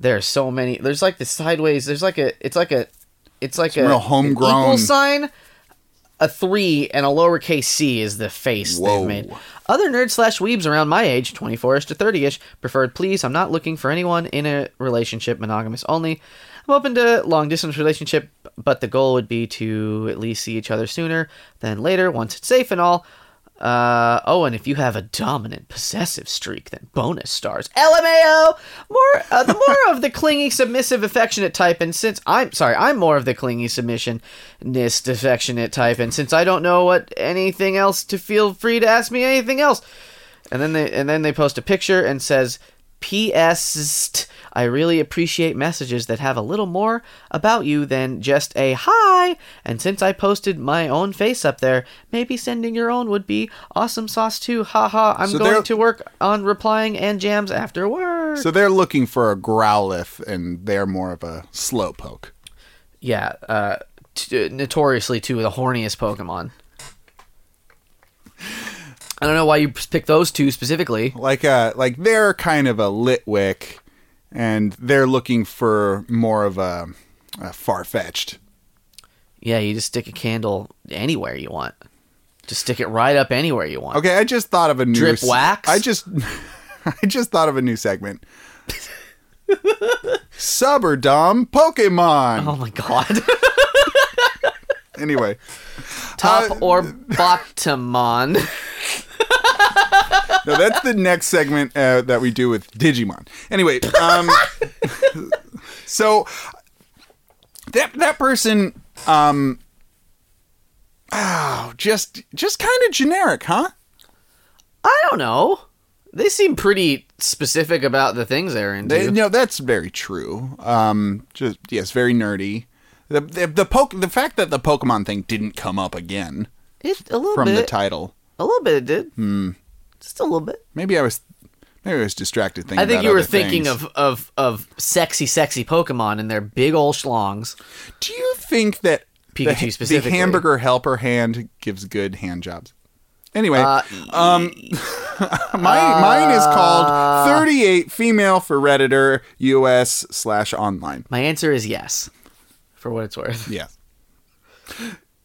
S2: There's so many. There's like the sideways. There's like a. It's like a. It's like a
S1: real
S2: an
S1: homegrown-
S2: equal sign. A three and a lowercase c is the face
S1: Whoa.
S2: they've made. Other nerd slash weebs around my age, 24ish to 30ish, preferred please, I'm not looking for anyone in a relationship, monogamous only. I'm open to long distance relationship, but the goal would be to at least see each other sooner than later once it's safe and all. Uh, oh, and if you have a dominant possessive streak, then bonus stars. LMAO. More uh, the
S1: <laughs>
S2: more of the clingy, submissive, affectionate type, and since I'm sorry, I'm more of the clingy, submissionist, affectionate type, and since I don't know what anything else to feel free to ask me anything else. And then they and then they post a picture and says, "P.S. I really appreciate messages that have a little more about you than just a hi. And since I posted my own face up there, maybe sending your own would be awesome sauce too. Haha. I'm
S1: So they're-
S2: going to work on replying and jams after work.
S1: So they're looking for a growlithe, and they're more of a slowpoke.
S2: yeah, uh, t- notoriously two of the horniest Pokemon. I don't know why you picked those two specifically.
S1: Like a like they're kind of a litwick, and they're looking for more of a, a far fetched.
S2: Yeah, you just stick a candle anywhere you want. Just stick it right up anywhere you want.
S1: Okay, I just thought of a new
S2: Drip wax?
S1: I just <laughs> I just thought of a new segment. Sub or dumb Pokemon.
S2: Oh
S1: <laughs>
S2: my god. <laughs> Oh.
S1: Anyway,
S2: Top
S1: Uh, <laughs>
S2: or bottom on.
S1: no, that's the next segment uh, that we do with Digimon. Anyway, um, <laughs> so that that person, um, oh, just just kind of generic, huh?
S2: I don't know. They seem pretty specific about the things they're into.
S1: They, no, that's very true. Um, just yes, very nerdy. The the the, poke, the fact that the Pokemon thing didn't come up again
S2: It- a little
S1: from the
S2: bit.
S1: title.
S2: a little bit it did. Hmm. Just a little bit.
S1: Maybe I was maybe I was distracted thinking.
S2: I think
S1: about
S2: you were
S1: other
S2: thinking
S1: things.
S2: of, of of sexy, sexy Pokemon and their big ol' schlongs.
S1: Do you think that the-
S2: Pikachu
S1: the,
S2: specifically.
S1: hamburger helper hand gives good hand jobs? Anyway,
S2: Uh,
S1: um, <laughs> my, mine is
S2: uh.
S1: called 38 female for redditor us slash online.
S2: My answer is yes. For what it's worth.
S1: Yes,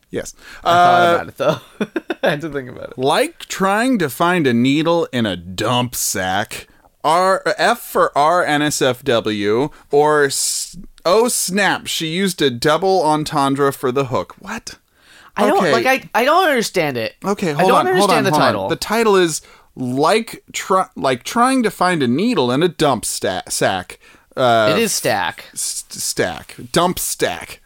S1: yes.
S2: <laughs> I
S1: Uh,
S2: thought about it though. <laughs> I had to think about it.
S1: like trying to find a needle in a dump sack. R F for R NSFW or s- oh snap, she used a double entendre for the hook. What?
S2: I don't
S1: Okay.
S2: like I I don't understand it.
S1: Okay,
S2: I
S1: hold
S2: don't
S1: on. hold on,
S2: understand the
S1: hold on.
S2: title.
S1: The title is like try like trying to find a needle in a dump sta- sack. Uh,
S2: it is stack.
S1: s- stack dump stack.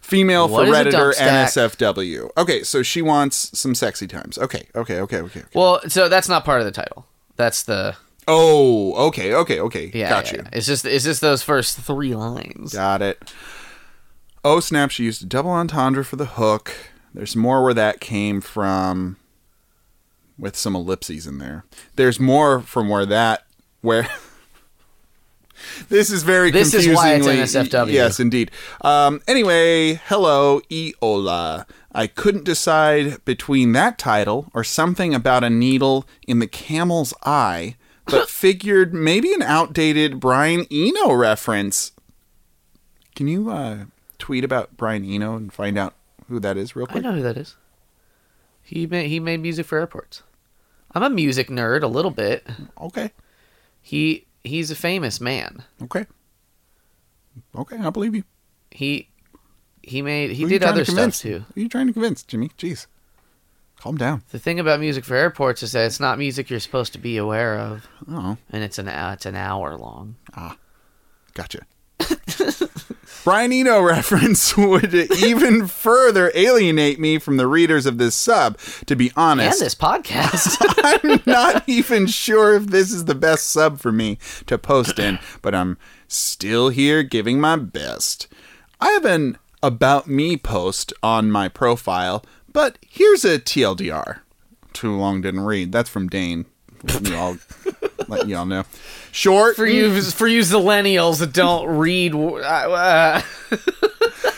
S1: Female
S2: What
S1: for
S2: is a
S1: redditor
S2: dump stack?
S1: NSFW. Okay, so she wants some sexy times. Okay, okay, okay, okay. okay.
S2: Well, so that's not part of the title. That's the
S1: Oh, okay, okay, okay.
S2: yeah.
S1: Got
S2: yeah,
S1: you.
S2: yeah. It's just it's just those first three lines.
S1: Got it. Oh snap! She used a double entendre for the hook. There's more where that came from, with some ellipses in there. There's more from where that where. <laughs> this is very
S2: This is why it's
S1: confusingly
S2: NSFW.
S1: Yes, indeed. Um, anyway, hello, Eola. I couldn't decide between that title or something about a needle in the camel's eye,
S2: <laughs>
S1: but figured maybe an outdated Brian Eno reference. Can you uh, tweet about Brian Eno and find out who that is real
S2: I
S1: quick?
S2: know who that is. He made, he made music for airports. I'm a music nerd a little bit.
S1: Okay.
S2: He he's a famous man.
S1: Okay. Okay, I believe you.
S2: He he made he
S1: Who are you
S2: did
S1: trying to
S2: other stuff
S1: convince?
S2: too.
S1: Who are you trying to convince, Jimmy? Jeez. Calm down.
S2: The thing about music for airports is that it's not music you're supposed to be aware of,
S1: Oh,
S2: and it's an uh, it's an hour long.
S1: gotcha.
S2: <laughs>
S1: Brian Eno reference would even further alienate me from the readers of this sub. To be honest,
S2: And this podcast.
S1: <laughs>
S2: <laughs>
S1: I'm not even sure if this is the best sub for me to post in, but I'm still here giving my best. I have an about me post on my profile, but here's a TLDR. Too long didn't read. That's from Dane. Let you all let you all know. Short
S2: for you for you millennials that don't read w- uh,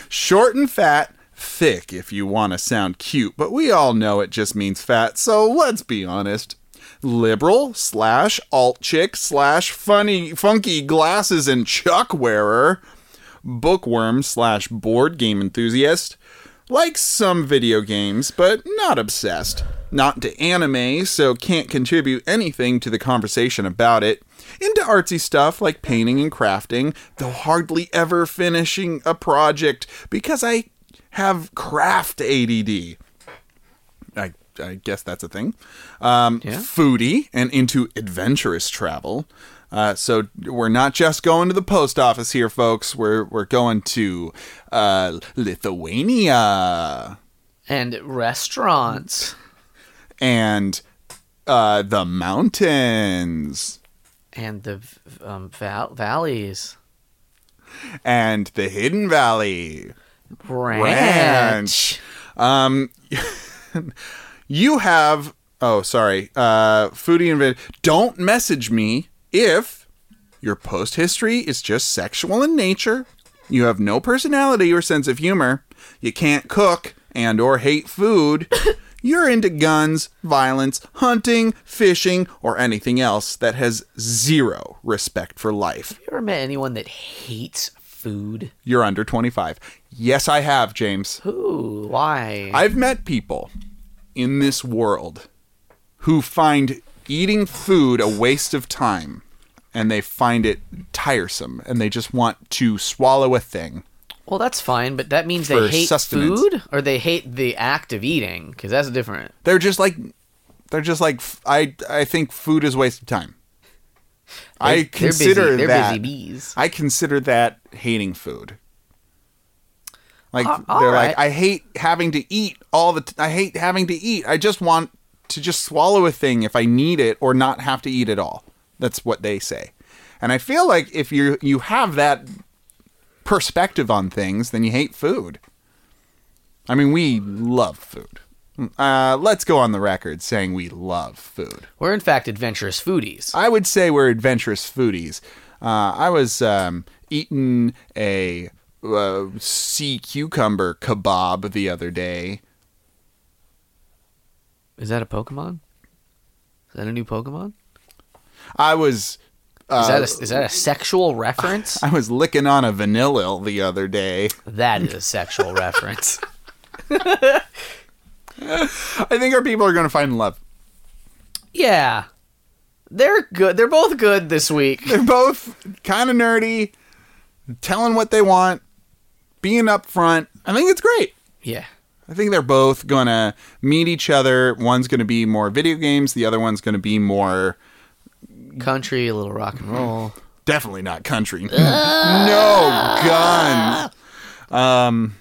S1: short and fat, thick if you want to sound cute, but we all know it just means fat, so let's be honest. Liberal slash alt chick slash funny funky glasses and chuck wearer, bookworm slash board game enthusiast, likes some video games, but not obsessed. not to anime, so can't contribute anything to the conversation about it. Into artsy stuff like painting and crafting, though hardly ever finishing a project because I have craft ADD. I, I guess that's a thing. Um,
S2: Yeah.
S1: Foodie and into adventurous travel. Uh, so we're not just going to the post office here, folks. We're we're going to uh, Lithuania
S2: and restaurants
S1: and uh, the mountains
S2: and the um, val- valleys.
S1: and the hidden valley. Ranch.
S2: Ranch.
S1: Um, you have. Oh, sorry. Uh, foodie and vid. Don't message me if your post history is just sexual in nature. You have no personality or sense of humor. You can't cook and or hate food. You're into guns, violence, hunting, fishing, or anything else that has zero respect for life.
S2: You ever met anyone that hates food?
S1: You're under 25. Yes, I have, James.
S2: Who? Why?
S1: I've met people in this world who find eating food a waste of time and they find it tiresome and they just want to swallow a thing.
S2: well, that's fine, but that means
S1: For
S2: they hate
S1: sustenance.
S2: food or they hate the act of eating because that's different.
S1: They're just like they're just like "F- I I think food is a waste of time. I
S2: They're-
S1: consider
S2: they're busy,
S1: that
S2: They're busy bees.
S1: I consider that hating food. Like
S2: Al- all
S1: they're like
S2: right.
S1: I hate having to eat all the t- I hate having to eat. I just want to just swallow a thing if I need it or not have to eat at all. That's what they say. And I feel like if you you have that perspective on things, then you hate food. I mean, we love food. Uh, let's go on the record saying we love food.
S2: We're in fact adventurous foodies.
S1: I would say we're adventurous foodies. Uh, I was um, eating a uh, sea cucumber kebab the other day.
S2: Is that a Pokemon? Is that a new Pokemon?
S1: I was uh,
S2: Is that a, is that a sexual <laughs> reference?
S1: I was licking on a vanilla the other day.
S2: that is a sexual reference.
S1: I think our people are going to find love.
S2: <laughs> Yeah. They're good. They're both good this week.
S1: They're both kind of nerdy, telling what they want, being upfront. I think it's great.
S2: Yeah.
S1: I think they're both gonna meet each other. One's gonna be more video games. The other one's gonna be more
S2: Country, a little rock and roll.
S1: definitely not
S2: <laughs>
S1: country. <laughs> no guns. Um,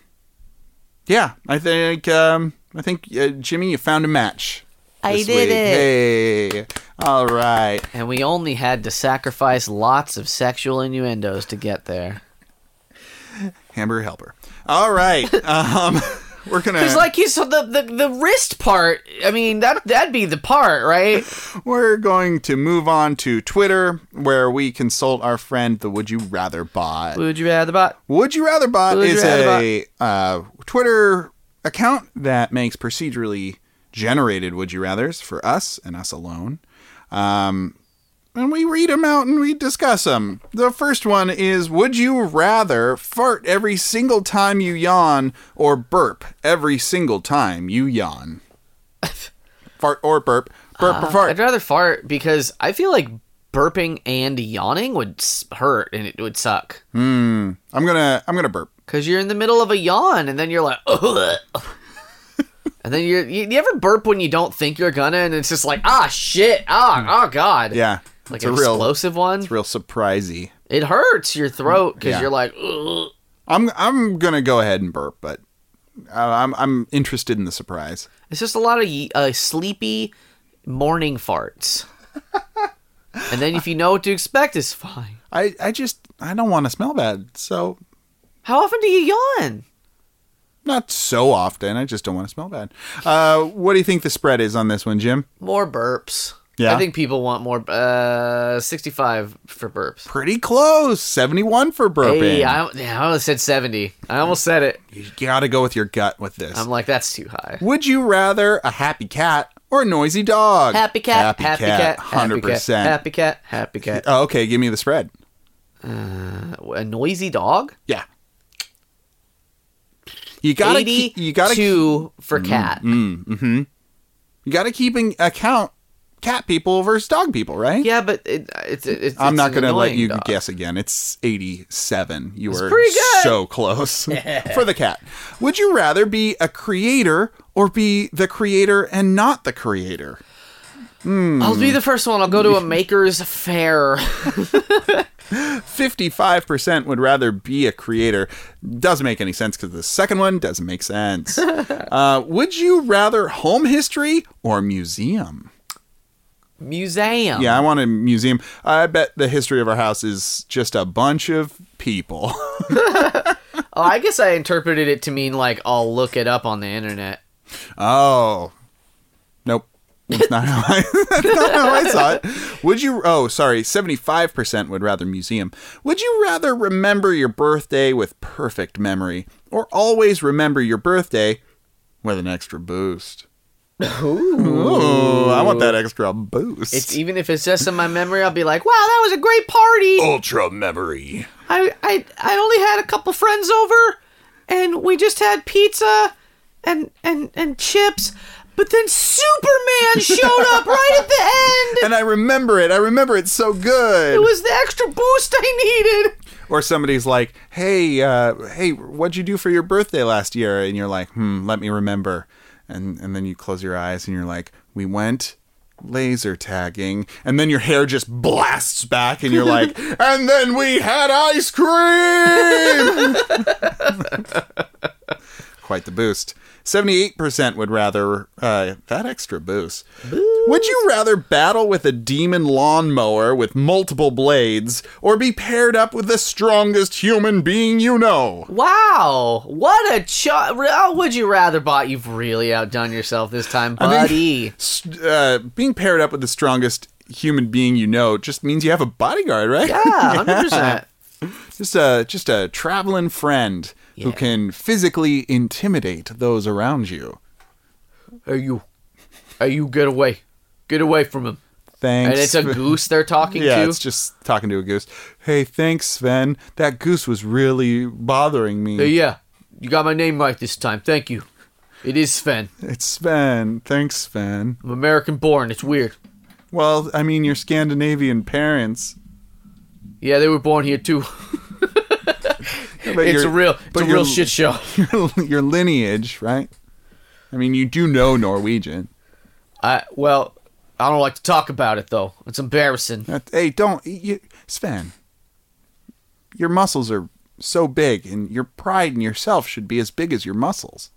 S1: yeah, I think um, I think uh, Jimmy, you found a match.
S2: I
S1: this
S2: did
S1: week. Hey, all right.
S2: And we only had to sacrifice lots of sexual innuendos to get there.
S1: Hamburger helper. All
S2: <laughs>
S1: right. Um, <laughs> we're gonna
S2: Because, like you said, the, the, the wrist part, I mean, that, that'd be the part, right?
S1: we're going to move on to Twitter, where we consult our friend the Would You Rather bot.
S2: Would you rather bot?
S1: Would You Rather Bot
S2: Would You
S1: is
S2: Rather
S1: a uh, Twitter account that makes procedurally generated Would You Rathers for us and us alone. Um, and we read them out and we discuss them. The first one is Would you rather fart every single time you yawn or burp every single time you
S2: <laughs>
S1: yawn? fart or burp. Burp or fart.
S2: I'd rather fart because I feel like burping and yawning would s- hurt and it would suck.
S1: Hmm. I'm gonna I'm gonna burp.
S2: Because you're in the middle of a yawn and then you're like, <laughs> Ugh. and then you're, you, you ever burp when you don't think you're gonna and it's just like, ah, shit, ah, oh, God.
S1: Hmm. Yeah.
S2: Like
S1: it's
S2: an
S1: a real
S2: explosive one.
S1: real surprisey.
S2: It hurts your throat because
S1: Yeah.
S2: you're like, Ugh.
S1: I'm I'm gonna go ahead and burp, but I- I'm I'm interested in the surprise.
S2: it's just a lot of y- uh, sleepy
S1: <laughs>
S2: morning farts. and then if you know what to expect, it's fine.
S1: I I just I don't want to smell bad, so
S2: How often do you yawn?
S1: not so often. I just don't want to smell bad. Uh, what do you think the spread is on this one, Jim?
S2: More burps.
S1: Yeah.
S2: I think people want more. Uh, 65 for burps.
S1: Pretty close, seventy-one for burping.
S2: Hey, I, yeah, I almost said 70. I almost said it.
S1: you gotta go with your gut with this.
S2: I'm like, that's too high.
S1: Would you rather a happy cat or a noisy dog?
S2: Happy cat,
S1: happy, cat, hundred percent.
S2: happy cat, happy cat.
S1: Oh, okay, give me the spread.
S2: Uh, a noisy dog.
S1: Yeah, you gotta keep-
S2: Eighty.
S1: you gotta
S2: two for cat.
S1: Mm, hmm You got to keep in account cat people versus dog people, right?
S2: Yeah, but it, it's, it's
S1: I'm not going
S2: going
S1: to
S2: to
S1: let you
S2: dog.
S1: guess again. It's 87. You were
S2: pretty good.
S1: so
S2: <laughs>
S1: close for the cat. Would you rather be a creator or be the creator and not the creator?
S2: I'll
S1: Mm.
S2: be the first one. I'll go
S1: <laughs>
S2: to a maker's fair.
S1: 55% would rather be a creator. Doesn't make any sense because the second one doesn't make
S2: <laughs>
S1: sense. uh, would you rather home history or museum?
S2: Museum.
S1: Yeah, I want a museum. I bet the history of our house is just a bunch of people. <laughs>
S2: Oh, I guess I interpreted it to mean like I'll look it up on the internet.
S1: Oh, nope. That's not how I. <laughs> that's not how I saw it. Would you? Oh, sorry. Seventy-five percent would rather museum. Would you rather remember your birthday with perfect memory, or always remember your birthday with an extra boost? Ooh, I want that extra boost.
S2: It's e- even if it's just in my memory, I'll be like, "Wow, that was a great
S1: Oh,
S2: party.
S1: ultra memory.
S2: I, I I only had a couple friends over, and we just had pizza, and and and chips." But then <laughs> Superman showed up right at the end.
S1: And I remember it. I remember it so good.
S2: It was the extra boost I needed.
S1: or somebody's like, "Hey, uh, hey, what'd you do for your birthday last year?" And you're like, "Hmm, let me remember." And and then you close your eyes and you're like, "We went laser tagging," and then your hair just blasts back and you're like, "And then we had ice cream." Quite the boost. Seventy-eight percent would rather uh, that extra boost. Would you rather battle with a demon lawnmower with multiple blades, or be paired up with the strongest human being you know?
S2: Wow, what a cho- oh, Would you rather bot? You've really outdone yourself this time, buddy. <laughs>
S1: S- Uh, being paired up with the strongest human being you know just means you have a bodyguard, right?
S2: yeah, hundred percent.
S1: <laughs> just a just a traveling friend who
S2: Yeah.
S1: can physically intimidate those around you.
S2: Are you? Are you get away? Get away from him.
S1: Thanks.
S2: And it's a
S1: <laughs> for-
S2: goose they're <laughs> talking
S1: Yeah,
S2: to.
S1: it's just talking to a goose. Hey, thanks, Sven. That goose was really bothering me.
S2: Uh, yeah, you got my name right this time. Thank you. It is Sven.
S1: It's Sven. Thanks, Sven.
S2: I'm American born. It's weird.
S1: Well, I mean, your Scandinavian parents.
S2: Yeah, they were born here too.
S1: But
S2: it's
S1: your-
S2: real. It's
S1: but
S2: a real
S1: your-
S2: shit show.
S1: <laughs> Your, your lineage, right? I mean, you do know Norwegian.
S2: I well, I don't like to talk about it though. It's embarrassing.
S1: That- Hey, don't. You, Sven, your muscles are so big, and your pride in yourself should be as big as your muscles.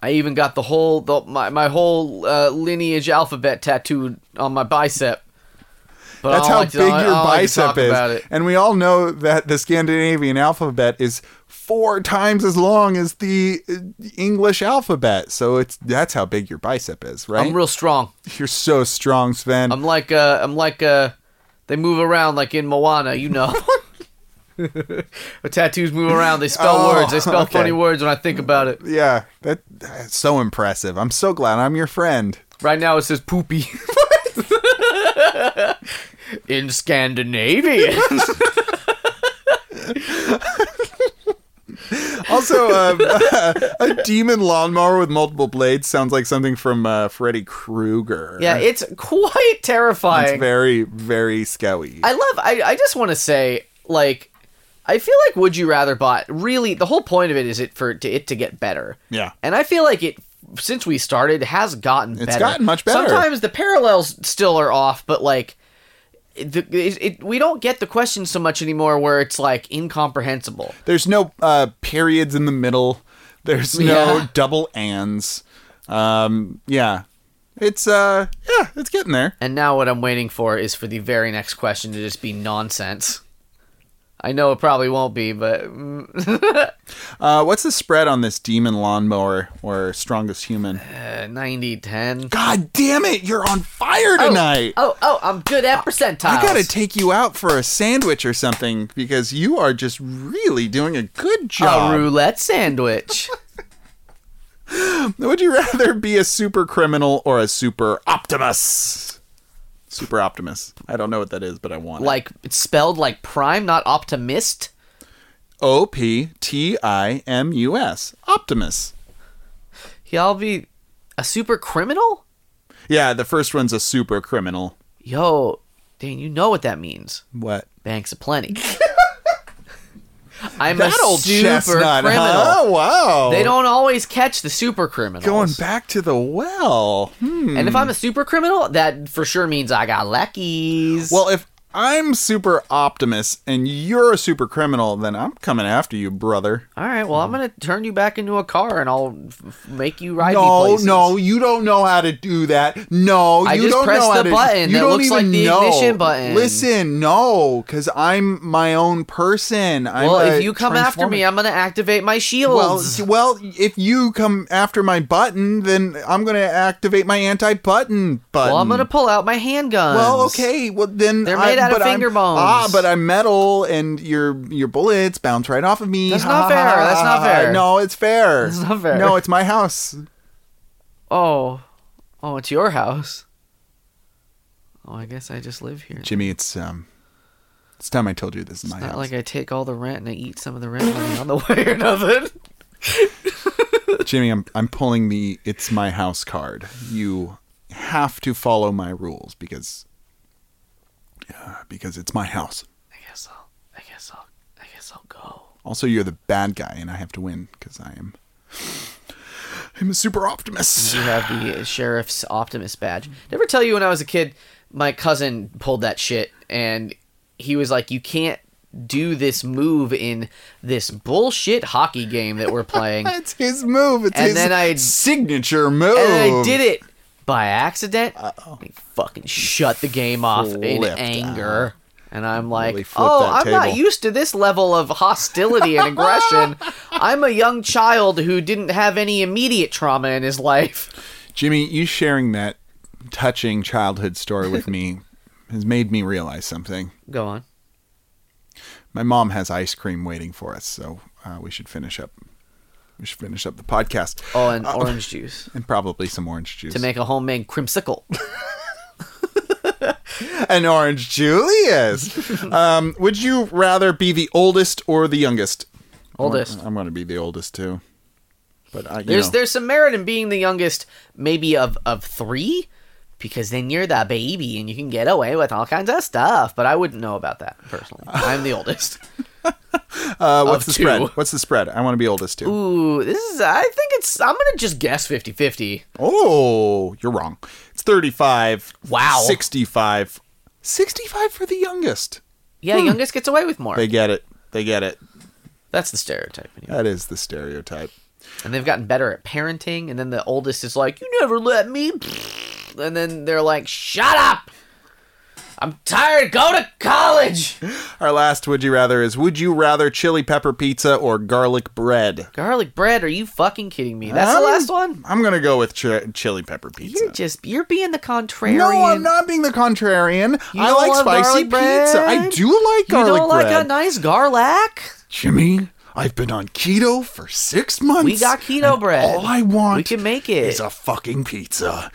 S2: I even got the whole the, my my whole uh, lineage alphabet tattooed on my bicep. But I
S1: That's
S2: don't
S1: how
S2: like to-
S1: big
S2: I
S1: your
S2: don't like to
S1: bicep
S2: talk
S1: is.
S2: About it.
S1: And we all know that the Scandinavian alphabet is four times as long as the uh, English alphabet. So it's that's how big your bicep is, right?
S2: I'm real strong.
S1: You're so strong, Sven.
S2: I'm like uh I'm like uh they move around like in Moana,
S1: <laughs>
S2: you know. <laughs> the tattoos move around, they spell
S1: Oh,
S2: words, they spell
S1: okay.
S2: funny words when I think about it.
S1: yeah, that, that's so impressive. I'm so glad I'm your friend.
S2: Right now it says poopy. <laughs> in Scandinavian.
S1: Also, uh, <laughs> a demon lawnmower with multiple blades sounds like something from uh, Freddy Krueger.
S2: <laughs> yeah, it's quite terrifying.
S1: it's very, very scowy.
S2: I love. I, I just want to say, like, I feel like Would You Rather Bot really the whole point of it is it for to, it to get better.
S1: Yeah.
S2: And I feel like it since we started has gotten better.
S1: gotten much better.
S2: Sometimes the parallels still are off, but like. It, the- it, it, we don't get the question so much anymore where it's like incomprehensible.
S1: There's no uh, periods in the middle. There's no
S2: Yeah.
S1: double ands. Um, yeah, it's uh, yeah, it's getting there.
S2: And now what I'm waiting for is for the very next question to just be nonsense. I know it probably won't be, but mm,
S1: Uh, what's the spread on this demon lawnmower or strongest human?
S2: uh, 90 10.
S1: God damn it! You're on fire tonight.
S2: Oh, oh, I'm good at percentiles.
S1: I gotta take you out for a sandwich or something because you are just really doing a good job.
S2: A
S1: <laughs>
S2: roulette sandwich.
S1: Would you rather be a super criminal or a super optimus? Super optimus. I don't know what that is, but I want it.
S2: like it's spelled like prime, not optimist.
S1: O P T I M U S. Optimus.
S2: Y'all be a super criminal?
S1: Yeah, the first one's a super criminal.
S2: Yo, Dane, you know what that means.
S1: What?
S2: Banks
S1: <laughs>
S2: aplenty. I'm
S1: That
S2: a
S1: old <laughs>
S2: super
S1: chestnut,
S2: criminal.
S1: huh? Oh, wow.
S2: They don't always catch the super criminals.
S1: Going back to the well. Hmm.
S2: And if I'm a super criminal, that for sure means I got lackeys.
S1: Well, if I'm super optimist and you're a super criminal, then I'm coming after you, brother.
S2: all right. Well, I'm gonna turn you back into a car, and I'll f- make you ride me
S1: No,
S2: places.
S1: no, you don't know how to do that. No,
S2: I
S1: you
S2: just
S1: don't
S2: pressed
S1: know how
S2: the
S1: to,
S2: button
S1: You
S2: that
S1: don't
S2: looks
S1: even
S2: like the
S1: know.
S2: ignition button.
S1: Listen, no, because I'm my own person. I'm
S2: Well,
S1: a
S2: if you come after me,
S1: transformer.
S2: I'm gonna activate my
S1: well,
S2: shields.
S1: s- well, if you come after my button, then I'm gonna activate my anti-button button.
S2: Well, I'm gonna pull out my handguns.
S1: Well, okay. Well, then
S2: They're
S1: I-
S2: made out of
S1: but I'm-
S2: finger bones.
S1: Ah, but I'm metal, and your your bullets bounce right off of me.
S2: That's
S1: Ha,
S2: not
S1: ha,
S2: fair.
S1: ha, ha,
S2: That's not
S1: ha, ha.
S2: fair.
S1: No, it's fair.
S2: That's not fair.
S1: No, it's my house.
S2: Oh, oh, it's your house. Oh, I guess I just live here.
S1: Jimmy, it's um, it's time I told you this is my
S2: Not
S1: house.
S2: like I take all the rent and I eat some of the rent money on the <laughs> way or nothing.
S1: Jimmy, I'm I'm pulling the it's my house card. You have to follow my rules because uh, because it's my house.
S2: I guess I'll. I guess I'll. I guess I'll go.
S1: Also, you're the bad guy, and I have to win because I am. I'm a super optimist.
S2: You have the sheriff's optimist badge. Did I ever tell you when I was a kid, my cousin pulled that shit, and he was like, "You can't do this move in this bullshit hockey game that we're
S1: <laughs>
S2: playing." and
S1: It's his move. It's
S2: And
S1: his
S2: then I-
S1: signature move.
S2: then I did it by accident. He fucking shut the game off in
S1: Flipped
S2: anger. And I'm
S1: Really
S2: like,
S1: flipped
S2: oh,
S1: that
S2: I'm not
S1: table."
S2: used to this level of hostility and
S1: <laughs>
S2: aggression. I'm a young child who didn't have any immediate trauma in his life.
S1: Jimmy, you sharing that touching childhood story with
S2: <laughs>
S1: me has made me realize something.
S2: Go on.
S1: My mom has ice cream waiting for us, so uh, we should finish up. We should finish up the podcast.
S2: Oh, and orange juice.
S1: And probably some orange juice.
S2: to make a homemade crimsicle.
S1: An orange
S2: <laughs>
S1: Julius. um, would you rather be the oldest or the youngest?
S2: Oldest.
S1: I'm going to be the oldest too. But I, you
S2: There's
S1: know.
S2: there's some merit in being the youngest, maybe of of three, because then you're the baby and you can get away with all kinds of stuff. But I wouldn't know about that personally. I'm the oldest.
S1: uh, what's
S2: of
S1: the
S2: two.
S1: spread? What's the spread? I want to be oldest too.
S2: Ooh, this is. I think it's. I'm gonna just guess 50-50.
S1: Oh, you're wrong. It's 35.
S2: Wow.
S1: 65. 65 for the youngest.
S2: Yeah, youngest gets away with more.
S1: They get it. They get it.
S2: That's the stereotype. Anyway.
S1: That is the stereotype.
S2: And they've gotten better at parenting. And then the oldest is like, "You never let me," <laughs> and then they're like, "Shut up." I'm tired. Go to college.
S1: Our last would you rather is would you rather chili pepper pizza or garlic bread?
S2: Garlic bread? Are you fucking kidding me? That's the
S1: I'm-
S2: last one.
S1: I'm going to go with ch- chili pepper pizza.
S2: You're just you're being the contrarian.
S1: no, I'm not being the contrarian.
S2: You
S1: I
S2: don't
S1: like
S2: love
S1: spicy
S2: garlic
S1: pizza.
S2: bread?
S1: I do like
S2: You
S1: garlic
S2: don't like
S1: bread.
S2: a nice garlac?
S1: Jimmy, I've been on keto for six months.
S2: We got keto
S1: and
S2: bread.
S1: All I want
S2: We can make it.
S1: is a fucking pizza.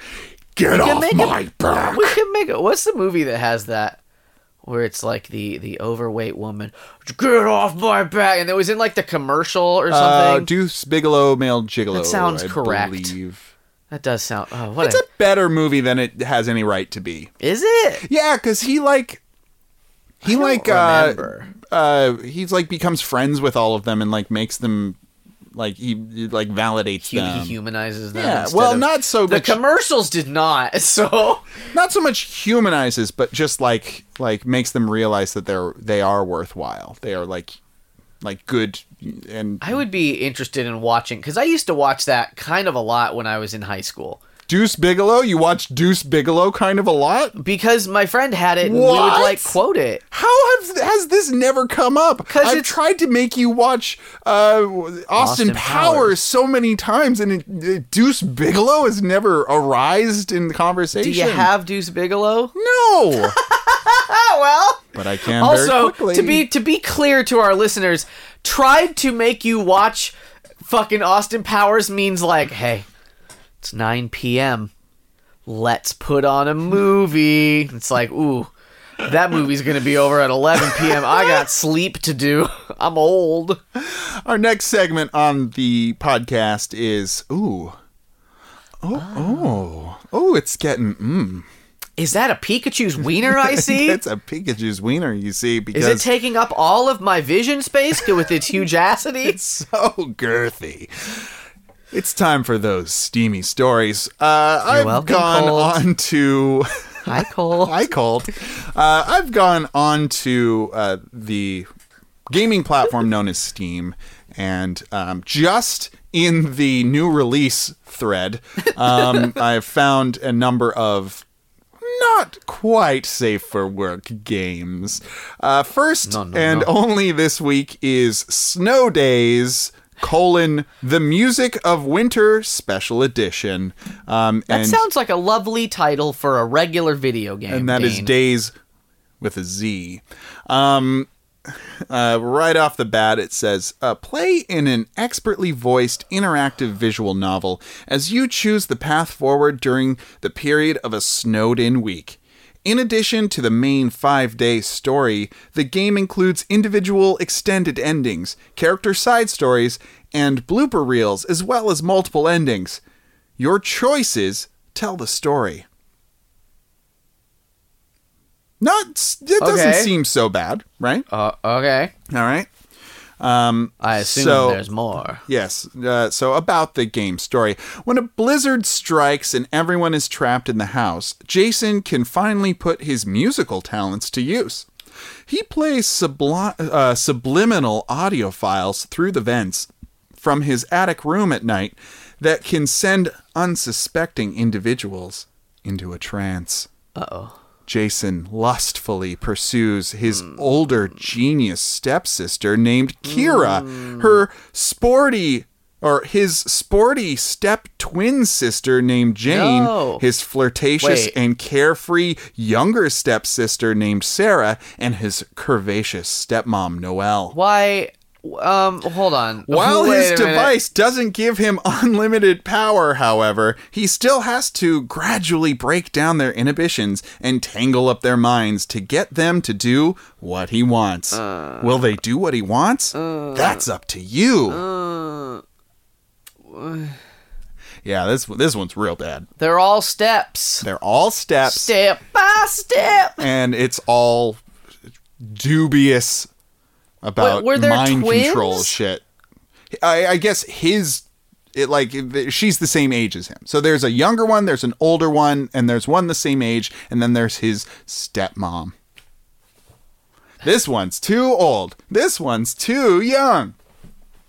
S1: Get
S2: can
S1: off
S2: make a-
S1: my back.
S2: We can make it. What's the movie that has that? Where it's like the the overweight woman, get off my back, and it was in like the commercial or
S1: Uh,
S2: something.
S1: Deuce Bigelow, male gigolo.
S2: That sounds
S1: I
S2: correct.
S1: Believe.
S2: that does sound. Oh, what
S1: It's
S2: a-
S1: a better movie than it has any right to be.
S2: is it?
S1: Yeah, because he like he
S2: don't
S1: like uh,
S2: remember.
S1: uh he's like becomes friends with all of them and like makes them like he, he, like validates
S2: He
S1: them.
S2: humanizes them.
S1: um, Yeah,
S2: instead
S1: well,
S2: of-
S1: not so
S2: the
S1: much.
S2: commercials did not. <laughs> So
S1: not so much humanizes, but just like like makes them realize that they're they are worthwhile. They are like like good and
S2: I would be interested in watching because I used to watch that kind of a lot when I was in high school.
S1: Deuce Bigelow. You watch Deuce Bigelow kind of a lot.
S2: because my friend had it and we would
S1: What?
S2: like quote it.
S1: How have, has this never come up?
S2: 'Cause
S1: I've
S2: it's-
S1: tried to make you watch uh, Austin,
S2: Austin
S1: Powers.
S2: Powers.
S1: so many times, and it, it- Deuce Bigelow has never arised in the conversation.
S2: Do you have Deuce Bigelow? <laughs>
S1: no?
S2: Oh well.
S1: but I can.
S2: Also,
S1: very quickly.
S2: to be to be clear to our listeners, tried to make you watch fucking Austin Powers means like, hey, it's 9 p.m. Let's put on a movie. It's like, ooh, that movie's gonna be over at 11 p.m. I got sleep to do. <laughs> I'm old.
S1: our next segment on the podcast is ooh.
S2: Ah.
S1: Oh, oh, it's getting. Mm,
S2: Is that a Pikachu's
S1: <laughs>
S2: wiener I see?
S1: it's a Pikachu's wiener, you see, because
S2: Is it taking up all of my vision space with its hugeacity?
S1: so girthy. It's time for those steamy stories. Uh, I've
S2: welcome,
S1: gone
S2: Colt.
S1: on to.
S2: Hi, Cole.
S1: I called. Uh, I've gone on to uh, the gaming platform known as Steam, and um, just in the new release thread, um, <laughs> I've found a number of not quite safe for work games. Uh, first
S2: No, no,
S1: and
S2: no.
S1: only this week is Snow Days. Colon the music of winter special edition, um, <laughs>
S2: That
S1: and
S2: sounds like a lovely title for a regular video game.
S1: and that is
S2: Dane.
S1: days with a Z. Um, uh, right off the bat, it says uh, play in an expertly voiced interactive visual novel as you choose the path forward during the period of a snowed in week. In addition to the main five day story, the game includes individual extended endings, character side stories, and blooper reels, as well as multiple endings. Your choices tell the story. Not s- it doesn't
S2: Okay.
S1: seem so bad, right?
S2: Uh, okay.
S1: All right. Um,
S2: I assume
S1: So-
S2: there's more.
S1: yes. Uh, so about the game story, when a blizzard strikes and everyone is trapped in the house, Jason can finally put his musical talents to use. He plays subli- uh, subliminal audio files through the vents from his attic room at night that can send unsuspecting individuals into a trance.
S2: Uh oh.
S1: Jason lustfully pursues his older genius stepsister named Kira,
S2: Hmm.
S1: her sporty or his sporty step twin sister named Jane,
S2: No.
S1: his flirtatious
S2: Wait.
S1: and carefree younger stepsister named Sarah, and his curvaceous stepmom Noelle.
S2: Why? Um, hold on.
S1: While
S2: Wait
S1: his
S2: a minute.
S1: device doesn't give him <laughs> unlimited power, however, he still has to gradually break down their inhibitions and tangle up their minds to get them to do what he wants.
S2: Uh.
S1: Will they do what he wants? That's up to you.
S2: Uh.
S1: yeah, this this one's real bad.
S2: They're all steps.
S1: They're all steps
S2: Step by step.
S1: <laughs> and it's all dubious about
S2: Wait, were there
S1: mind control
S2: twins?
S1: shit. I, I guess his it like th- she's the same age as him. So there's a younger one, there's an older one, and there's one the same age, and then there's his stepmom. This one's too old. This one's too young.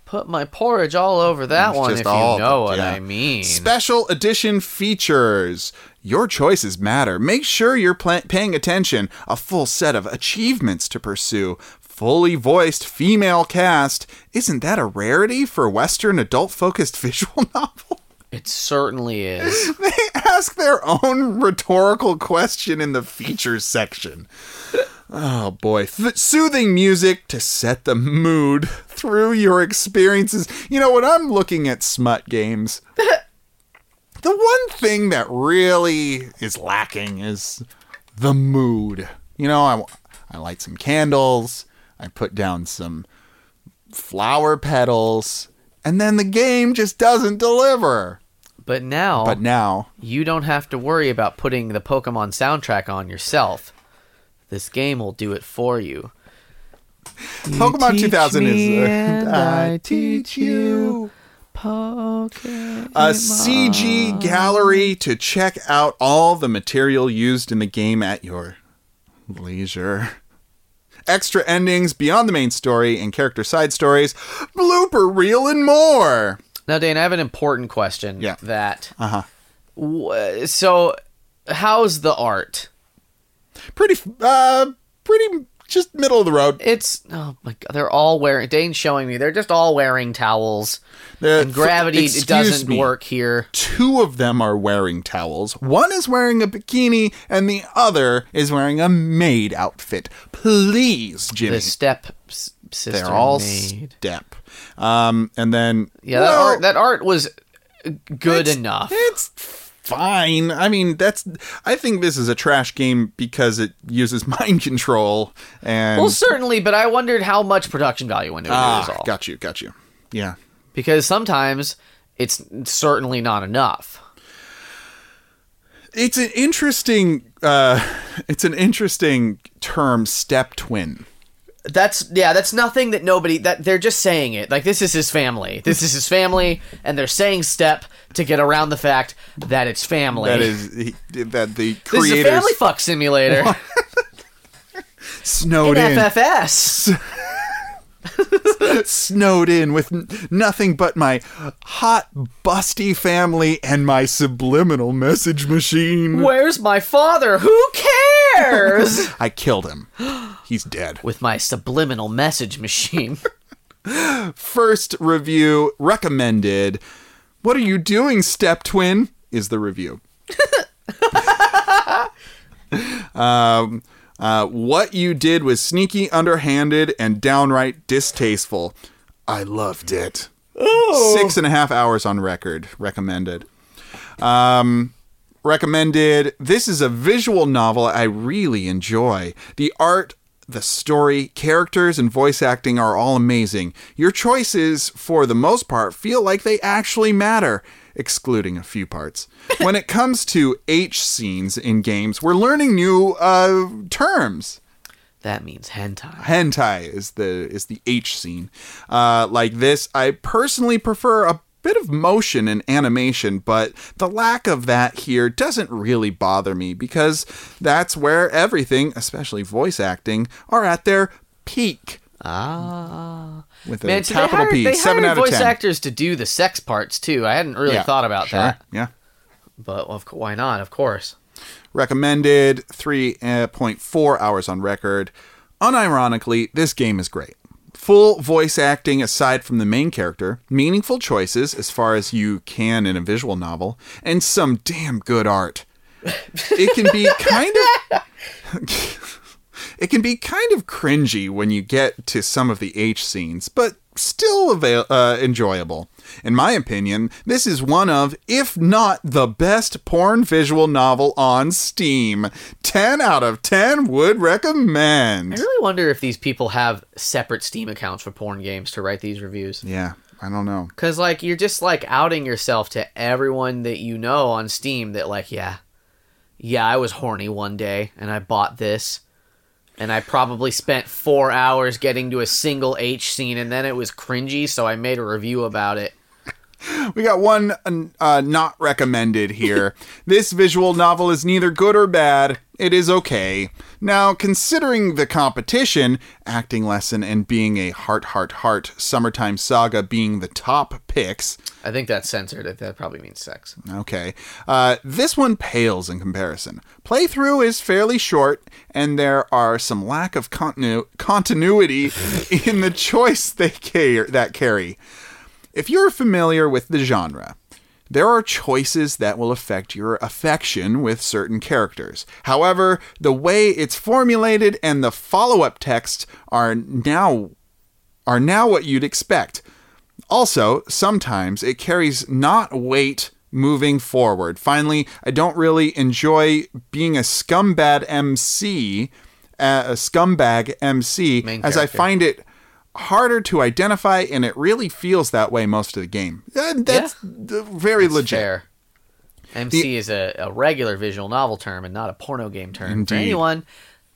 S2: Put my porridge all over that
S1: It's
S2: one
S1: just
S2: if
S1: all-
S2: you know what
S1: yeah.
S2: I mean.
S1: Special edition features. Your choices matter. Make sure you're pla- paying attention. A full set of achievements to pursue. Fully voiced female cast. Isn't that a rarity for Western adult focused <laughs> visual novel?
S2: it certainly
S1: <laughs>
S2: is.
S1: they ask their own rhetorical question in the features section. Oh boy. Th- soothing music to set the mood through your experiences. You know, when I'm looking at smut games, <laughs> the one thing that really is lacking is the mood. You know, I, I light some candles, I put down some flower petals, and then the game just doesn't deliver.
S2: But now
S1: But now,
S2: you don't have to worry about putting the Pokemon soundtrack on yourself. This game will do it for you.
S1: Pokemon 2000 is.
S2: me
S1: uh, <laughs>
S2: and I teach you.
S1: A CG gallery to check out all the material used in the game at your leisure. Extra endings beyond the main story and character side stories, blooper reel, and more.
S2: Now, Dane, I have an important question.
S1: Yeah.
S2: That.
S1: Uh huh.
S2: wh- So, how's the art?
S1: Pretty, f- uh, pretty, just middle of the road.
S2: It's oh my god, they're all wearing. Dane's showing me they're just all wearing towels.
S1: The-
S2: And gravity
S1: Uh, Excuse
S2: doesn't
S1: me.
S2: work here.
S1: Two of them are wearing towels. One is wearing a bikini, and the other is wearing a maid outfit. Please, Jimmy.
S2: The step s- sister
S1: They're all
S2: made.
S1: step. Um, and then
S2: Yeah, that
S1: well,
S2: art that art was good enough.
S1: it's fine. I mean, that's. I think this is a trash game because it uses <laughs> mind control and.
S2: Well, certainly, but I wondered how much production value went into it is
S1: ah,
S2: all.
S1: got you, got you. Yeah.
S2: Because sometimes it's certainly not enough.
S1: It's an interesting uh <laughs> it's an interesting term step twin.
S2: That's yeah. That's nothing that nobody that they're just saying it. Like this is his family. This is his family, and they're saying step to get around the fact that it's family.
S1: That is he- that the
S2: this is a
S1: creators
S2: family
S1: <laughs>
S2: fuck simulator.
S1: snowed in
S2: FFS.
S1: <laughs> snowed in with n- nothing but my hot busty family and my subliminal message machine.
S2: Where's my father? Who cares?
S1: <laughs> I killed him. He's dead.
S2: With my subliminal message machine. <laughs>
S1: First review recommended. What are you doing, step twin? Is the review. um, uh, what you did was sneaky, underhanded, and downright distasteful. I loved it. Six and a half hours on record. Recommended. recommended. This is a visual novel I really enjoy. The art, the story, characters, and voice acting are all amazing. Your choices, for the most part, feel like they actually matter. Excluding a few parts. when it comes to H scenes in games, we're learning new uh, terms
S2: That means hentai.
S1: hentai is the is the H scene. Uh, like this, I personally prefer a bit of motion and animation, but the lack of that here doesn't really bother me because that's where everything, especially voice acting, are at their peak.
S2: Ah.
S1: With a
S2: Man, so they
S1: capital
S2: hired,
S1: P,
S2: they
S1: seven
S2: hired
S1: out of
S2: voice
S1: ten.
S2: actors to do the sex parts too. I hadn't really
S1: Yeah,
S2: thought about
S1: sure,
S2: that,
S1: Yeah.
S2: but of cou- why not? Of course.
S1: Recommended 3.4 hours on record. Unironically, this game is great. Full voice acting aside from the main character, meaningful choices as far as you can in a visual novel, and some damn good art. It can
S2: <laughs>
S1: be kind of. <laughs> It can be kind of cringy when you get to some of the H scenes, but still avail- uh, enjoyable. In my opinion, this is one of, if not the best porn visual novel on Steam. 10 out of 10 would
S2: I
S1: recommend.
S2: really wonder if these people have separate Steam accounts for porn games to write these reviews.
S1: Yeah, I don't know.
S2: Cause like you're just like outing yourself to everyone that you know on Steam that like yeah, yeah I was horny one day and I bought this, and I probably spent four hours getting to a single H scene and then it was cringy so I made a review about it.
S1: We got one uh, not recommended here. this visual novel is neither good or bad. It is okay. Now, considering the competition, acting lesson and being a heart, heart, heart, summertime saga being the top picks,
S2: I think that's censored. That probably means sex.
S1: Okay. Uh, this one pales in comparison. Playthrough is fairly short, and there are some lack of continu- continuity <laughs> in the choice they car- that carry. If you're familiar with the genre, there are choices that will affect your affection with certain characters. However, the way it's formulated and the follow-up text are now are now what you'd expect. Also, sometimes it carries not weight moving forward. Finally, I don't really enjoy being a scumbag MC, uh, a scumbag MC,
S2: Main
S1: as I
S2: character.
S1: find it harder to identify, and it really feels that way most of the game. Uh, That's d- very legit.
S2: Fair. MC is a, a regular visual novel term and not a porno game term. For
S1: Indeed.
S2: anyone,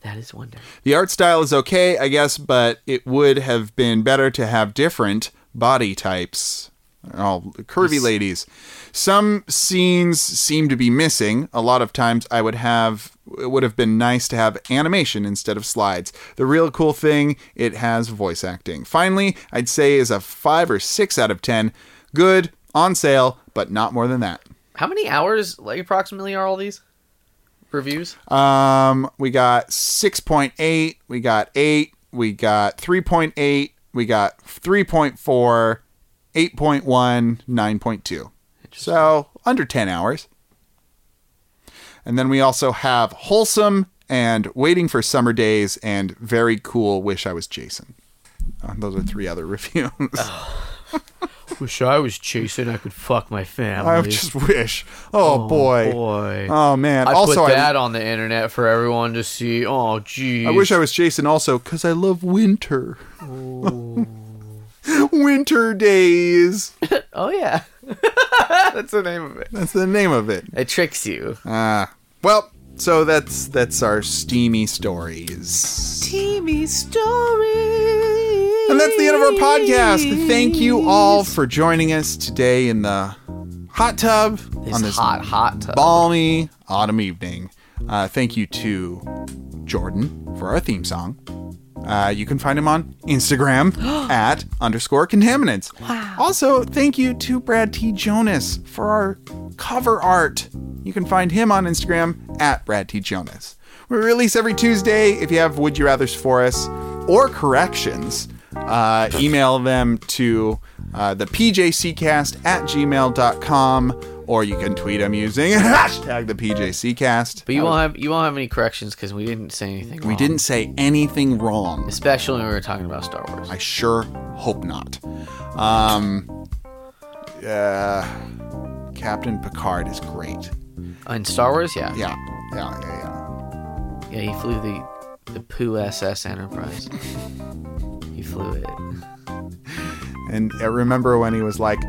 S2: that is wonder.
S1: The art style is okay, I guess, but it would have been better to have different body types. All curvy ladies. Some scenes seem to be missing. A lot of times, I would have it would have been nice to have animation instead of slides. The real cool thing, it has voice acting. Finally, I'd say is a five or six out of ten. Good on sale, but not more than that.
S2: How many hours, like approximately, are all these reviews?
S1: Um, we got 6.8, we got 8, we got 3.8, we got 3.4, 8.1, 9.2. So under 10 hours. And then we also have Wholesome and Waiting for Summer Days and Very Cool Wish I Was Jason. Uh, those are three other <laughs> reviews.
S2: Oh, Wish I was chasing. I could fuck my family.
S1: I just wish. Oh, boy.
S2: boy.
S1: Oh man.
S2: I
S1: also
S2: put
S1: I,
S2: that on the internet for everyone to see. Oh, geez.
S1: I wish I was Jason also cuz I love winter. <laughs> Winter Days.
S2: Oh yeah, <laughs> that's the name of it.
S1: That's the name of it.
S2: It tricks you.
S1: Ah, well, so that's that's our steamy stories.
S2: Teamy story.
S1: And that's the end of our podcast. Thank you all for joining us today in the hot tub
S2: This
S1: on this
S2: hot, hot tub.
S1: balmy autumn evening. Uh, thank you to Jordan for our theme song. Uh, you can find him on Instagram at underscore contaminants. Also, thank you to Brad T. Jonas for our cover art. You can find him on Instagram at Brad T. Jonas. We release every Tuesday. If you have Would You Rathers for us or corrections, uh, email them to uh, the PJCcast at gmail.com or you can tweet them using <laughs> hashtag the PJCcast.
S2: But you won't have you won't have any corrections because we didn't say anything.
S1: We didn't say anything wrong.
S2: especially when we were talking about Star Wars.
S1: I sure hope not. Um, uh, Captain Picard is great.
S2: In Star Wars, yeah.
S1: Yeah, yeah, yeah, yeah.
S2: Yeah, he flew the the poo SS Enterprise. he flew it.
S1: And I remember when he was like,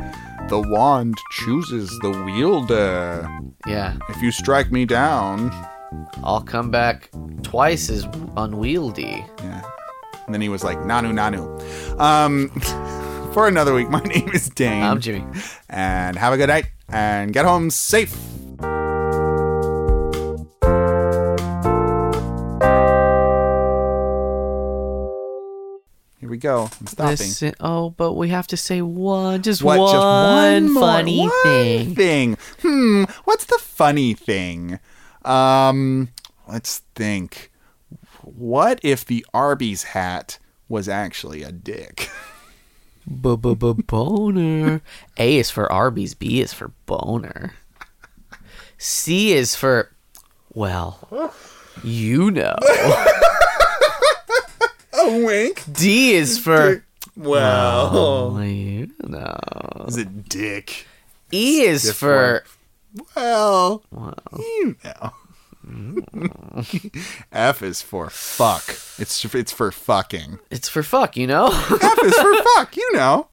S1: "The wand chooses the wielder.
S2: Yeah,
S1: If you strike me down,
S2: I'll come back twice as unwieldy.
S1: yeah." And then he was like, "Nanu, nanu." Um, <laughs> for another week, my name is Dane.
S2: I'm Jimmy.
S1: and have a good night and get home safe. Here we go. I'm stopping.
S2: Listen, oh, but we have to say one, just
S1: What,
S2: one,
S1: just one more-
S2: funny
S1: one
S2: thing.
S1: thing. Hmm. What's the funny thing? Um. Let's think. What if the Arby's hat was actually a dick?
S2: Boner. A is for Arby's. B is for boner. C is for, well, you know.
S1: A wink.
S2: D is for,
S1: Well,
S2: well, you know.
S1: <laughs> is it dick?
S2: E is for,
S1: Well,
S2: well,
S1: you know. <laughs> F is for fuck. It's it's for fucking.
S2: it's for fuck, you know? <laughs>
S1: F is for fuck. You know.